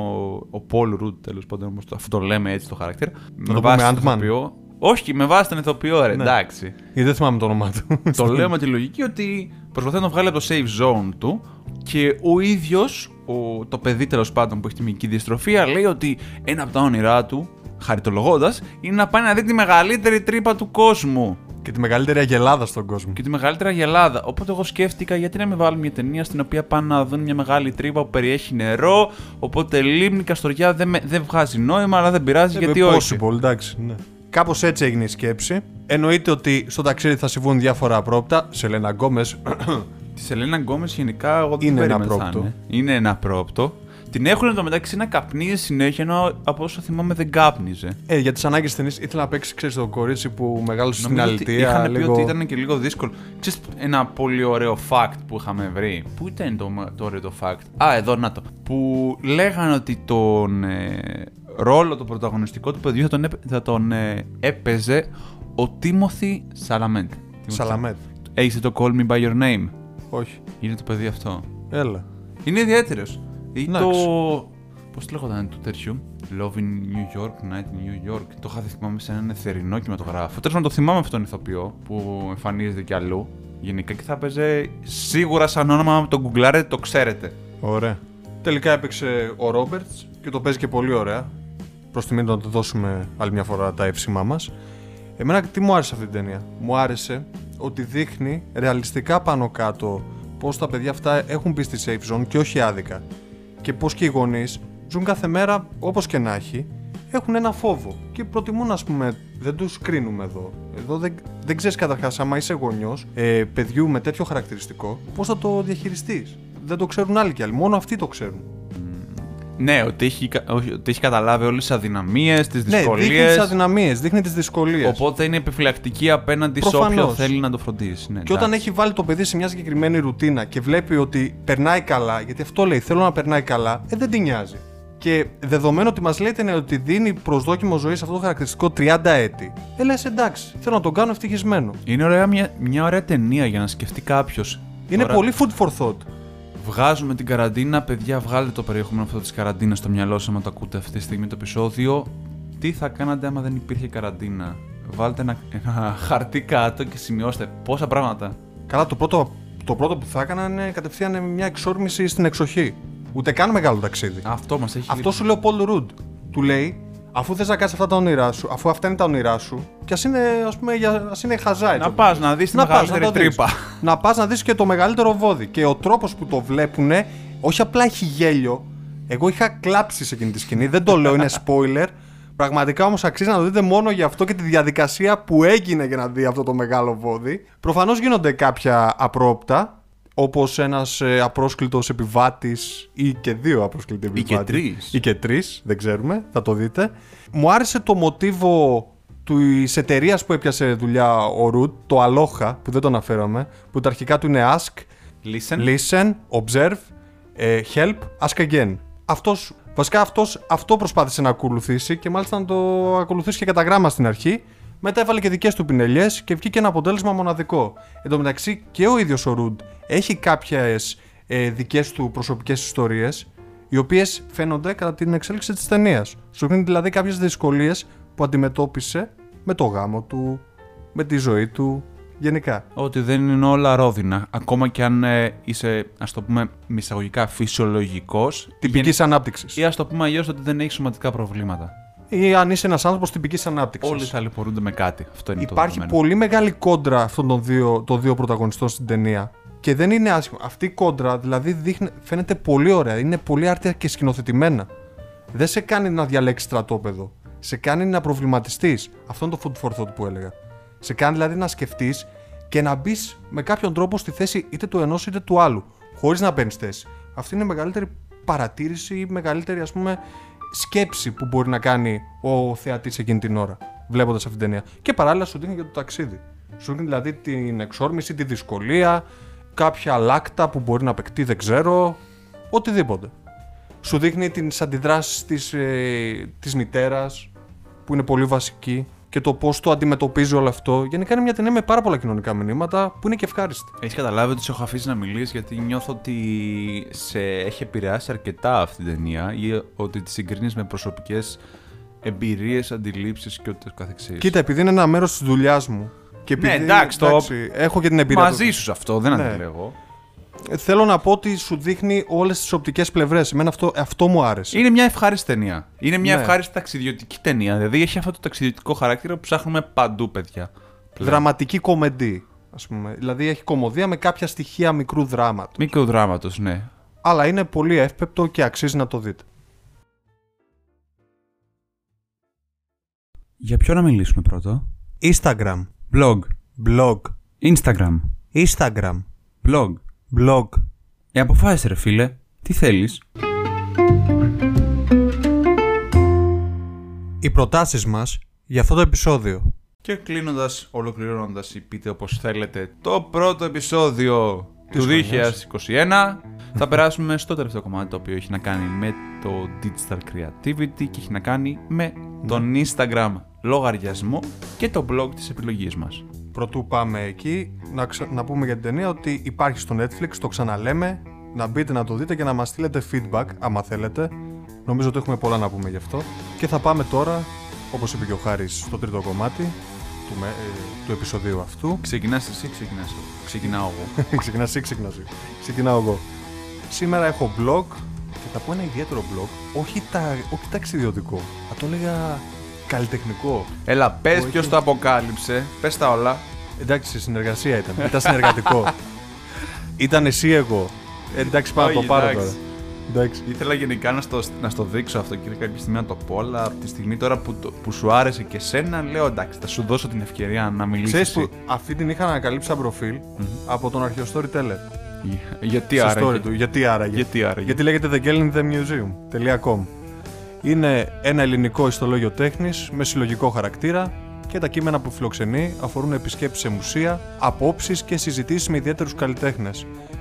B: ο Πολ Ρουντ τέλος πάντων, όπως το, αυτό το λέμε έτσι το χαρακτήρα.
A: το
B: με
A: πούμε
B: βάση τον
A: Ant-Man. Ναι.
B: ηθοποιό. Όχι, με βάση τον ηθοποιό, ρε, εντάξει.
A: Γιατί δεν θυμάμαι το όνομά του.
B: το λέω με τη λογική ότι προσπαθεί να τον βγάλει από το safe zone του και ο ίδιος, το παιδί τέλος πάντων που έχει τη μυϊκή dystrophy, λέει ότι ένα από τα όνειρά του, χαριτολογώντας, είναι να πάει να δει τη μεγαλύτερη τρύπα του κόσμου.
A: Και τη μεγαλύτερη αγελάδα στον κόσμο.
B: Και τη μεγαλύτερη αγελάδα. Οπότε εγώ σκέφτηκα γιατί να μην βάλουμε μια ταινία στην οποία πάνε να δουν μια μεγάλη τρύπα που περιέχει νερό. Οπότε λίμνη, καστοριά δεν, με- δεν βγάζει νόημα, αλλά δεν πειράζει
A: Ε,
B: γιατί
A: possible,
B: όχι.
A: εντάξει, ναι. Κάπως έτσι έγινε η σκέψη. Εννοείται ότι στο ταξίδι θα συμβούν διάφορα απρόπτα. Σελένα Γκόμες.
B: Τη Σελένα Γκόμες γενικά εγώ δεν
A: Είναι
B: την
A: ένα
B: περίμενα θα
A: πρόπτο.
B: είναι. Είναι ένα πρόπτο. Την έχουν το μεταξύ να καπνίζει συνέχεια ενώ από όσο θυμάμαι δεν κάπνιζε.
A: ε, για τις ανάγκες ταινή ήθελα να παίξει, ξέρεις, το κορίτσι που μεγάλωσε στην
B: Νομίζω ότι
A: αλητία.
B: είχαν πει
A: λίγο...
B: ότι ήταν και λίγο δύσκολο. Ξέρεις ένα πολύ ωραίο fact που είχαμε βρει. Πού ήταν το, το ωραίο το fact. Α, εδώ να το. Που λέγανε ότι τον ε, ρόλο, το πρωταγωνιστικό του παιδιού θα τον, έπαι- θα τον ε, έπαιζε ο Τίμωθη Σαλαμέντ.
A: Σαλαμέτ.
B: Έχεις το Call Me By Your Name.
A: Όχι.
B: Είναι το παιδί αυτό.
A: Έλα.
B: Είναι ιδιαίτερος. Ή
A: Εντάξει.
B: το. Πώ τη λέγονταν του τέτοιου. Love in New York, Night in New York. Το είχα δει, θυμάμαι σε έναν θερινό κινηματογράφο. Τέλος να το θυμάμαι αυτόν τον ηθοποιό που εμφανίζεται κι αλλού. Γενικά και θα παίζει σίγουρα σαν όνομα, άμα το γκουγκλάρετε, το ξέρετε.
A: Ωραία. Τελικά έπαιξε ο Ρόμπερτ και το παίζει και πολύ ωραία. Προς τη να του δώσουμε άλλη μια φορά τα εύσημά μας. Εμένα τι μου άρεσε αυτή την ταινία. Μου άρεσε ότι δείχνει ρεαλιστικά πάνω κάτω πώς τα παιδιά αυτά έχουν μπει στη safe zone και όχι άδικα. Και πώς και οι γονείς ζουν κάθε μέρα όπως και να έχει. Έχουν ένα φόβο και προτιμούν, ας πούμε, δεν τους κρίνουμε εδώ. Εδώ δεν, δεν ξέρεις καταρχάς, άμα είσαι γονιός ε, παιδιού με τέτοιο χαρακτηριστικό, πώς θα το διαχειριστείς. Δεν το ξέρουν άλλοι κι άλλοι. Μόνο αυτοί το ξέρουν.
B: Ναι, ότι έχει, κα- όχι, ότι έχει καταλάβει όλες τις αδυναμίες, τις
A: Ναι, δείχνει τις
B: δυσκολίες.
A: αδυναμίες, δείχνει τις δυσκολίες.
B: οπότε είναι επιφυλακτική απέναντι σε
A: Προφανώς.
B: όποιον θέλει να το φροντίσει. Ναι,
A: Και όταν
B: εντάξει.
A: έχει βάλει το παιδί σε μια συγκεκριμένη ρουτίνα και βλέπει ότι περνάει καλά, γιατί αυτό λέει: Θέλω να περνάει καλά, ε, δεν την νοιάζει. Και δεδομένου ότι μας λέτε ναι, ότι δίνει προσδόκιμο ζωής σε αυτό το χαρακτηριστικό 30 έτη, ε, λες, εντάξει, θέλω να τον κάνω ευτυχισμένο.
B: Είναι ωραία μια, μια ωραία ταινία για να σκεφτεί κάποιος.
A: Είναι πολύ food for thought.
B: Βγάζουμε την καραντίνα. Παιδιά, βγάλετε το περιεχόμενο αυτό της καραντίνας στο μυαλό σας. Άμα το ακούτε αυτή τη στιγμή το επεισόδιο, τι θα κάνατε άμα δεν υπήρχε καραντίνα. Βάλτε ένα, ένα χαρτί κάτω και σημειώστε πόσα πράγματα.
A: Καλά, το πρώτο, το πρώτο που θα έκανα είναι κατευθείαν μια εξόρμηση στην εξοχή. Ούτε καν μεγάλο ταξίδι.
B: Αυτό μας έχει
A: Αυτό σου λέει ο Πολ Ρουντ. Του λέει, αφού θες να κάνεις αυτά τα όνειρά σου, αφού αυτά είναι τα όνειρά σου, και ας είναι, ας πούμε, για, ας είναι χαζά έτσι.
B: Να πας να δεις τη
A: πας,
B: μεγαλύτερη
A: να τα δεις.
B: τρύπα.
A: Να πας να δεις και το μεγαλύτερο βόδι. Και ο τρόπος που το βλέπουν, όχι απλά έχει γέλιο. Εγώ είχα κλάψει σε εκείνη τη σκηνή, δεν το λέω, είναι spoiler. Πραγματικά όμως αξίζει να το δείτε μόνο για αυτό και τη διαδικασία που έγινε για να δει αυτό το μεγάλο βόδι. Προφανώς γίνονται κάποια απρόπτα, όπως ένας απρόσκλητος επιβάτης ή και δύο απρόσκλητοι
B: και
A: επιβάτες.
B: τρεις.
A: Ή και τρεις, δεν ξέρουμε, θα το δείτε. Μου άρεσε το μοτίβο της εταιρείας που έπιασε δουλειά ο Ρουτ, το Aloha, που δεν το αναφέραμε, που τα αρχικά του είναι Ask,
B: Listen.
A: Listen, Observe, ε, Help, Ask Again. Αυτός, βασικά αυτός, αυτό προσπάθησε να ακολουθήσει και μάλιστα να το ακολουθήσει και κατά γράμμα στην αρχή. Μετά έβαλε και δικές του πινελιές και βγήκε ένα αποτέλεσμα μοναδικό. Εν τω μεταξύ και ο ίδιος ο Ρουντ έχει κάποιες ε, δικές του προσωπικές ιστορίες οι οποίες φαίνονται κατά την εξέλιξη της ταινίας. Σου δίνει δηλαδή κάποιες δυσκολίες που αντιμετώπισε με το γάμο του, με τη ζωή του, γενικά.
B: Ότι δεν είναι όλα ρόδινα. Ακόμα και αν ε, είσαι, ας το πούμε, μισαγωγικά φυσιολογικός.
A: Τυπικής ανάπτυξης.
B: Ή ας το πούμε αλλιώς ότι δεν έχει σωματικά προβλήματα.
A: ή αν είσαι ένας άνθρωπος τυπικής ανάπτυξης.
B: Όλοι ταλαιπωρούνται με κάτι. Αυτό είναι το
A: Υπάρχει
B: δεδομένο.
A: πολύ μεγάλη κόντρα αυτών των δύο, των δύο πρωταγωνιστών στην ταινία. Και δεν είναι άσχημο. Αυτή η κόντρα δηλαδή δείχνει, φαίνεται πολύ ωραία. Είναι πολύ άρτια και σκηνοθετημένα. Δεν σε κάνει να διαλέξεις στρατόπεδο. Σε κάνει να προβληματιστείς. Αυτό είναι το food for thought που έλεγα. Σε κάνει δηλαδή να σκεφτείς και να μπεις με κάποιον τρόπο στη θέση είτε του ενός είτε του άλλου. Χωρίς να παίρνεις θέση. Αυτή είναι η μεγαλύτερη παρατήρηση ή μεγαλύτερη ας πούμε σκέψη που μπορεί να κάνει ο θεατής εκείνη την ώρα, βλέποντας αυτή την ταινία. Και παράλληλα σου δίνει και το ταξίδι. Σου δίνει δηλαδή την εξόρμηση, τη δυσκολία, κάποια λάκτα που μπορεί να παιχτεί, δεν ξέρω. Οτιδήποτε. Σου δείχνει τις αντιδράσεις της ε, της μητέρας. που είναι πολύ βασική και το πώς το αντιμετωπίζει όλο αυτό. Γενικά είναι μια ταινία με πάρα πολλά κοινωνικά μηνύματα που είναι και ευχάριστη.
B: Έχεις καταλάβει ότι σε έχω αφήσει να μιλήσεις γιατί νιώθω ότι σε έχει επηρεάσει αρκετά αυτή την ταινία ή ότι τη συγκρίνεις με προσωπικές εμπειρίες, αντιλήψεις και ούτω καθεξής.
A: Κοίτα, επειδή είναι ένα μέρος της δουλειάς μου. Και
B: Ναι,
A: επειδή,
B: εντάξει, το-
A: έχω και την εμπειρία.
B: μαζί
A: του.
B: σου σε αυτό, δεν
A: Ναι.
B: αντιλέγω.
A: Ε, Θέλω να πω ότι σου δείχνει όλες τις οπτικές πλευρές. Εμένα αυτό, αυτό μου άρεσε.
B: Είναι μια ευχάριστη ταινία. Είναι μια
A: Ναι.
B: ευχάριστη ταξιδιωτική ταινία. Δηλαδή έχει αυτό το ταξιδιωτικό χαρακτήρα που ψάχνουμε παντού, παιδιά. Πλέον.
A: Δραματική κομμεντή, ας πούμε. Δηλαδή έχει κομμωδία με κάποια στοιχεία μικρού δράματος.
B: Μήκαιο δράματος, ναι.
A: Αλλά είναι πολύ εύπεπτο και αξίζει να το δείτε.
E: Για ποιο να μιλήσουμε πρώτο.
A: Instagram.
E: Blog.
A: Blog.
E: Instagram.
A: Instagram.
E: Blog.
A: Blog.
E: Ε, αποφάσισε ρε φίλε. Τι θέλεις.
A: Οι προτάσεις μας για αυτό το επεισόδιο.
B: Και κλείνοντας, ολοκληρώνοντας ή πείτε όπως θέλετε, το πρώτο επεισόδιο του 2021, θα περάσουμε στο τελευταίο κομμάτι το οποίο έχει να κάνει με το digital creativity και έχει να κάνει με τον
A: Ναι.
B: Instagram λογαριασμό και το blog της επιλογής μας.
A: Πρωτού πάμε εκεί, να, ξα- να πούμε για την ταινία ότι υπάρχει στο Netflix, το ξαναλέμε, να μπείτε να το δείτε και να μας στείλετε feedback, άμα θέλετε. Νομίζω ότι έχουμε πολλά να πούμε γι' αυτό. Και θα πάμε τώρα, όπως είπε και ο Χάρης, στο τρίτο κομμάτι του, με- ε, του επεισοδίου αυτού.
B: Ξεκινάς εσύ, ξεκινάς εγώ. Ξεκινάω εγώ.
A: Ξεκινάς εσύ, ξεκινάς εσύ. Ξεκινάω εγώ. Σήμερα έχω blog και θα πω ένα ιδιαίτερο blog. Όχι, τα, όχι ταξιδιωτικό. Θα το έλεγα καλλιτεχνικό.
B: Έλα, πες
A: Όχι.
B: ποιος το αποκάλυψε, πες τα όλα.
A: Εντάξει, σε συνεργασία ήταν. Ήταν συνεργατικό. ήταν εσύ εγώ. Ε, εντάξει, πάω να το
B: Όχι,
A: πάρω
B: εντάξει.
A: τώρα. Εντάξει.
B: Ήθελα γενικά να στο, να στο δείξω αυτό και κάποια στιγμή να το πω, αλλά από τη στιγμή τώρα που, το- που σου άρεσε και σένα, λέω εντάξει, θα σου δώσω την ευκαιρία να
A: Ξέρεις
B: μιλήσεις.
A: που αυτή την είχα ανακαλύψει σαν προφιλ από τον αρχαίο storyteller.
B: Για- Γιατί
A: στο
B: άραγε.
A: story του. Γιατί άραγε.
B: Γιατί άραγε.
A: Γιατί λέγεται The Girl in the Museum.com. Είναι ένα ελληνικό ιστολόγιο τέχνης με συλλογικό χαρακτήρα και τα κείμενα που φιλοξενεί αφορούν επισκέψεις σε μουσεία, απόψεις και συζητήσεις με ιδιαίτερους καλλιτέχνες.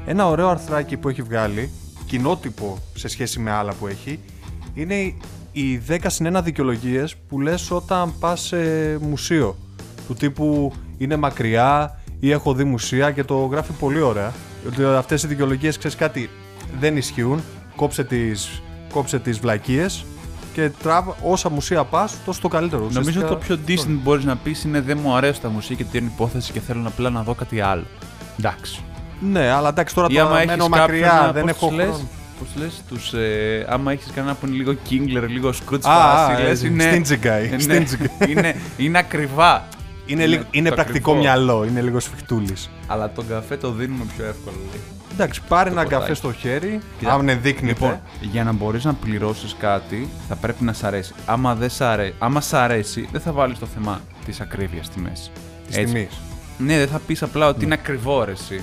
A: Ένα ωραίο αρθράκι που έχει βγάλει, κοινότυπο σε σχέση με άλλα που έχει, είναι οι 10 συν 1 δικαιολογίες που λες όταν πας σε μουσείο. Του τύπου είναι μακριά ή έχω δει μουσεία και το γράφει πολύ ωραία. Ότι αυτές οι δικαιολογίες ξέρεις κάτι, δεν ισχύουν. Κόψε τις κόψε τις βλακίες και τραβ, όσα μουσεία πας, τόσο το καλύτερο.
B: Νομίζω
A: Ουσιαστικά,
B: το πιο decent που μπορείς να πεις είναι δεν μου αρέσει τα μουσεία και την υπόθεση και θέλω απλά να δω κάτι άλλο. Εντάξει.
A: Ναι, αλλά εντάξει τώρα
B: Ή
A: το
B: άμα
A: μένω
B: έχει
A: μακριά, δεν έχω χρόνο.
B: Πώς λες, τους. Ε, άμα έχεις κανένα που είναι λίγο Kingler, λίγο Scrooge
A: Α,
B: Φαράση,
A: α,
B: λες,
A: έτσι,
B: είναι.
A: stingy guy,
B: Ναι,
A: stingy.
B: είναι, είναι ακριβά.
A: Είναι, λίγο-
B: Ναι, το
A: είναι πρακτικό
B: ακριβό.
A: μυαλό, είναι λίγο σφιχτούλης.
B: Αλλά τον καφέ το δίνουμε πιο εύκολα. λέει.
A: Εντάξει, πάρε έναν
B: ποτάκι.
A: καφέ στο χέρι,
B: Κοίτα,
A: αν δείκνυται.
B: Λοιπόν, για να μπορείς να πληρώσεις κάτι, θα πρέπει να σ' αρέσει. Άμα, δεν σ αρέσει, άμα σ' αρέσει, δεν θα βάλεις το θέμα της ακρίβειας στη μέση.
A: της
B: Έτσι.
A: τιμής.
B: Ναι, δεν θα πεις απλά ότι είναι ακριβό ρε, εσύ.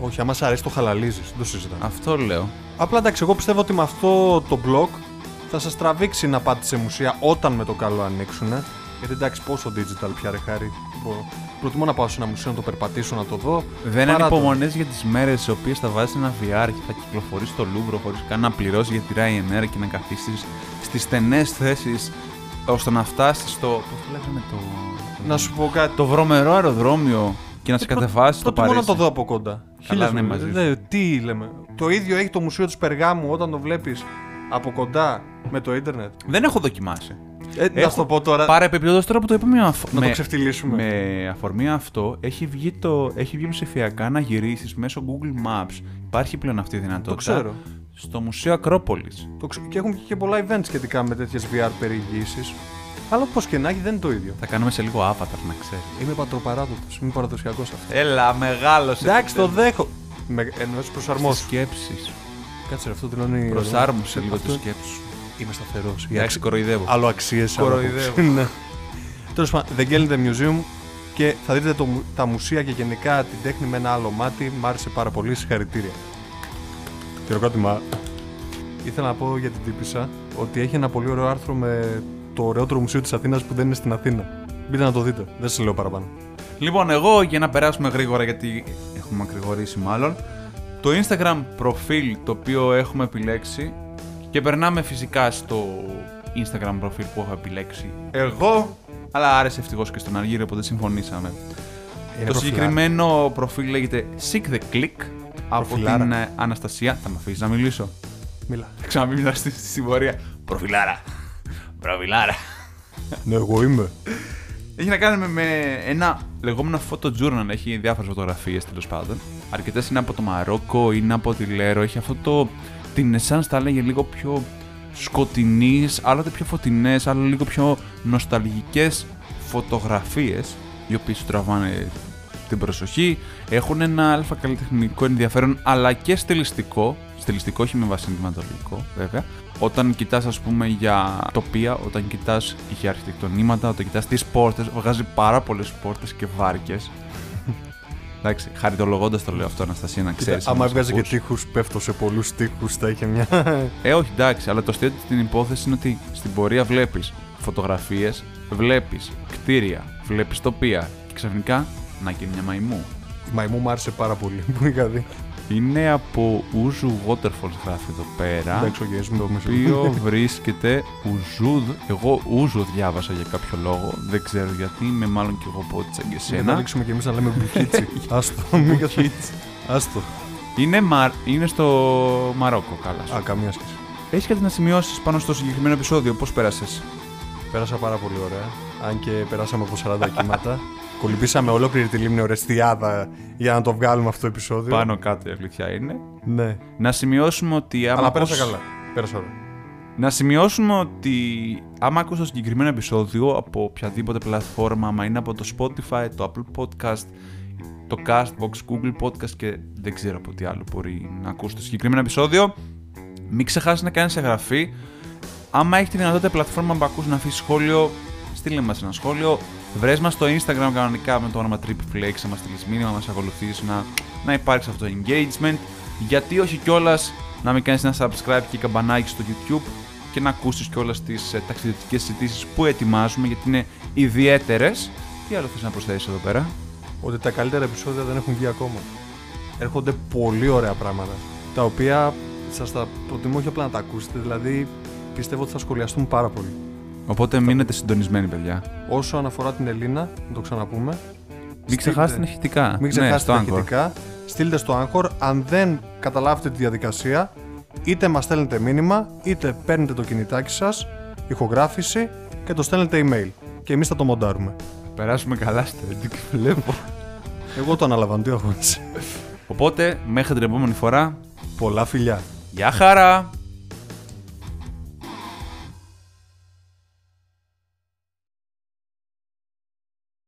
A: Όχι, άμα σ' αρέσει το χαλαλίζεις, δεν το συζητάμε.
B: Αυτό λέω.
A: Απλά εντάξει, εγώ πιστεύω ότι με αυτό το blog θα σας τραβήξει να πάτε σε μουσεία όταν με το καλό ανοίξουν. Γιατί εντάξει, πόσο digital πια ρε χάρη. δεν μπορώ. Προτιμώ να πάω σε ένα μουσείο να το περπατήσω, να το δω.
B: Δεν
A: παρά το-
B: ανυπομονέ για τις μέρες στι οποίες θα βάζεις ένα VR και θα κυκλοφορείς στο Λούβρο χωρίς καν να πληρώσεις για τη Ryanair και να καθίσεις στις στενές θέσεις ώστε να φτάσεις στο. Πώς λέγαμε το.
A: Να σου πω κάτι.
B: Το βρωμερό αεροδρόμιο και
A: Ε,
B: να σε κατεβάσεις στο
A: Προτιμώ
B: Παρίσι.
A: να το δω από κοντά. Χίλιες
B: ναι,
A: φορές.
B: μαζί σου.
A: Δε, τι λέμε. Το ίδιο έχει το μουσείο της Περγάμου όταν το βλέπεις από κοντά με το ίντερνετ.
B: Δεν έχω δοκιμάσει.
A: Ε, να σου το πω τώρα.
B: Πάρε επίπεδο τώρα που το είπαμε. αφο-
A: Να το
B: με-
A: ξεφτυλίσουμε.
B: Με αφορμή αυτό, έχει βγει, το, έχει βγει ψηφιακά να γυρίσεις μέσω Google Maps. Υπάρχει πλέον αυτή η δυνατότητα.
A: Το ξέρω.
B: Στο Μουσείο Ακρόπολης.
A: Το ξε- Και έχουν βγει και πολλά event σχετικά με τέτοιες VR περιηγήσεις. Αλλά πώ και να έχει, δεν είναι το ίδιο.
B: Θα κάνουμε σε λίγο avatar, να ξέρεις.
A: Είμαι πατροπαράδοτος. Είμαι παραδοσιακός αυτός.
B: Έλα, μεγάλο.
A: Εντάξει, το δέχω. Με εννοώ προσαρμόσει.
B: Σκέψεις.
A: Κάτσε ρε, αυτό δηλώνει.
B: Προσάρμοσε λίγο
A: Αυτό-
B: τη σκέψη σου.
A: Είμαι σταθερός.
B: Εντάξει, κοροϊδεύω.
A: Άλλο αξίες.
B: Κοροϊδεύω.
A: Τέλος πάντων, The Girl in the Museum και θα δείτε το μου- τα μουσεία και γενικά την τέχνη με ένα άλλο μάτι. Μ' άρεσε πάρα πολύ. Συγχαρητήρια. Χειροκρότημα. Ήθελα να πω για την τύπησα ότι έχει ένα πολύ ωραίο άρθρο με το ωραιότερο μουσείο της Αθήνας που δεν είναι στην Αθήνα. Μπείτε να το δείτε. Δεν σας λέω παραπάνω.
B: Λοιπόν, εγώ για να περάσουμε γρήγορα, γιατί έχουμε ακρηγορήσει μάλλον. Το Instagram προφίλ το οποίο έχουμε επιλέξει και περνάμε φυσικά στο Instagram προφίλ που έχω επιλέξει εγώ, αλλά άρεσε ευτυχώς και στον Αργύριο, οπότε συμφωνήσαμε.
A: Είναι
B: το
A: προφυλάρα.
B: συγκεκριμένο προφίλ λέγεται Seek the Click από
A: Προφιλάρα.
B: την ε, Αναστασία. Θα με αφήσεις να μιλήσω.
A: Μίλα.
B: Θα ξαναπεί μετά στη, στην πορεία. Προφιλάρα. Προφιλάρα.
A: Ναι, εγώ είμαι.
B: Έχει να κάνει με, με ένα λεγόμενο photojournal. Έχει διάφορες φωτογραφίες τέλος πάντων. Αρκετές είναι από το Μαρόκο, είναι από τη Λέρο. Έχει αυτό το. Την εσάν τα λέγε λίγο πιο σκοτεινής, άλλοτε πιο φωτεινές, άλλο λίγο πιο νοσταλγικές φωτογραφίες. Οι οποίες σου τραβάνε την προσοχή. Έχουν ένα αλφα καλλιτεχνικό ενδιαφέρον, αλλά και στελιστικό. Στελιστικό, όχι με βασιλεματολογικό, βέβαια. Όταν κοιτάς, ας πούμε, για τοπία, όταν κοιτάς για αρχιτεκτονήματα, όταν κοιτάς τις πόρτες, βγάζει πάρα πολλές πόρτες και βάρκες. Εντάξει, χαριτολογώντας το λέω αυτό, Αναστασία, να ξέρεις.
A: Άμα έβγαζε και τείχους, πέφτω σε πολλούς τείχους, θα είχε μια.
B: Ε, όχι, εντάξει, αλλά το αστείο την υπόθεση είναι ότι στην πορεία βλέπεις φωτογραφίες, βλέπεις κτίρια, βλέπεις τοπία και ξαφνικά να και μια μαϊμού.
A: Η μαϊμού μου άρεσε πάρα πολύ που είχα δει.
B: Είναι από Ούζου Waterfalls γράφει εδώ πέρα.
A: Εντάξει, ο Γιάννη μου το
B: Το οποίο βρίσκεται Ουζούδ. Εγώ Ούζου διάβασα για κάποιο λόγο. Δεν ξέρω γιατί. Είμαι μάλλον και εγώ πότσα και
A: Να
B: σένα.
A: ανοίξουμε κι εμείς να λέμε μπουκίτσι. Άστο, μην κατα- Άστο.
B: Είναι, μα... είναι στο Μαρόκο, καλά.
A: Α, καμία σχέση.
B: Έχεις κάτι να σημειώσεις πάνω στο συγκεκριμένο επεισόδιο. Πώς πέρασες.
A: Ε. Πέρασα πάρα πολύ ωραία. Αν και περάσαμε από 40 κύματα. Κολυμπήσαμε ολόκληρη τη λίμνη Ορεστιάδα για να το βγάλουμε αυτό το επεισόδιο.
B: Πάνω κάτω η αλήθεια είναι.
A: Ναι.
B: Να σημειώσουμε ότι. άμα
A: Αλλά πέρασα
B: ακούς-
A: καλά. Πέρασα ωραία.
B: Να σημειώσουμε ότι άμα ακούς το συγκεκριμένο επεισόδιο από οποιαδήποτε πλατφόρμα, άμα είναι από το Spotify, το Apple Podcast, το Castbox, Google Podcast και δεν ξέρω από τι άλλο μπορεί να ακούσει το συγκεκριμένο επεισόδιο, μην ξεχάσεις να κάνεις εγγραφή. Άμα έχεις τη δυνατότητα η πλατφόρμα που ακούς να αφήσεις σχόλιο, στείλε μας ένα σχόλιο. Βρες μας στο Instagram κανονικά με το όνομα TripFlex, να μας στείλεις μήνυμα, να μας ακολουθείς, να, να υπάρξει αυτό το engagement. Γιατί όχι κιόλας να μην κάνεις ένα subscribe και καμπανάκι στο YouTube και να ακούσεις κιόλας τις ε, ταξιδιωτικές συζητήσεις που ετοιμάζουμε γιατί είναι ιδιαίτερες. Τι άλλο θες να προσθέσεις εδώ πέρα.
A: Ότι τα καλύτερα επεισόδια δεν έχουν βγει ακόμα. Έρχονται πολύ ωραία πράγματα. Τα οποία σας τα προτιμώ όχι απλά να τα ακούσετε. Δηλαδή πιστεύω ότι θα σχολιαστούν πάρα πολύ.
B: Οπότε μείνετε συντονισμένοι παιδιά.
A: Όσο αναφορά την Ελίνα, να το ξαναπούμε.
B: Μην ξεχάσετε
A: στείλτε-
B: ηχητικά.
A: Μην ξεχάσετε
B: ναι,
A: τα
B: στο Anchor.
A: ηχητικά. Στείλτε στο Anchor. Αν δεν καταλάβετε τη διαδικασία, είτε μας στέλνετε μήνυμα, είτε παίρνετε το κινητάκι σας, ηχογράφηση και το στέλνετε email. Και εμείς θα το μοντάρουμε.
B: Περάσουμε καλά στο και βλέπω.
A: Εγώ το αναλαμβάνω, τι αγώνες.
B: Οπότε, μέχρι την επόμενη φορά,
A: Πολλά φιλιά.
B: γεια χαρά!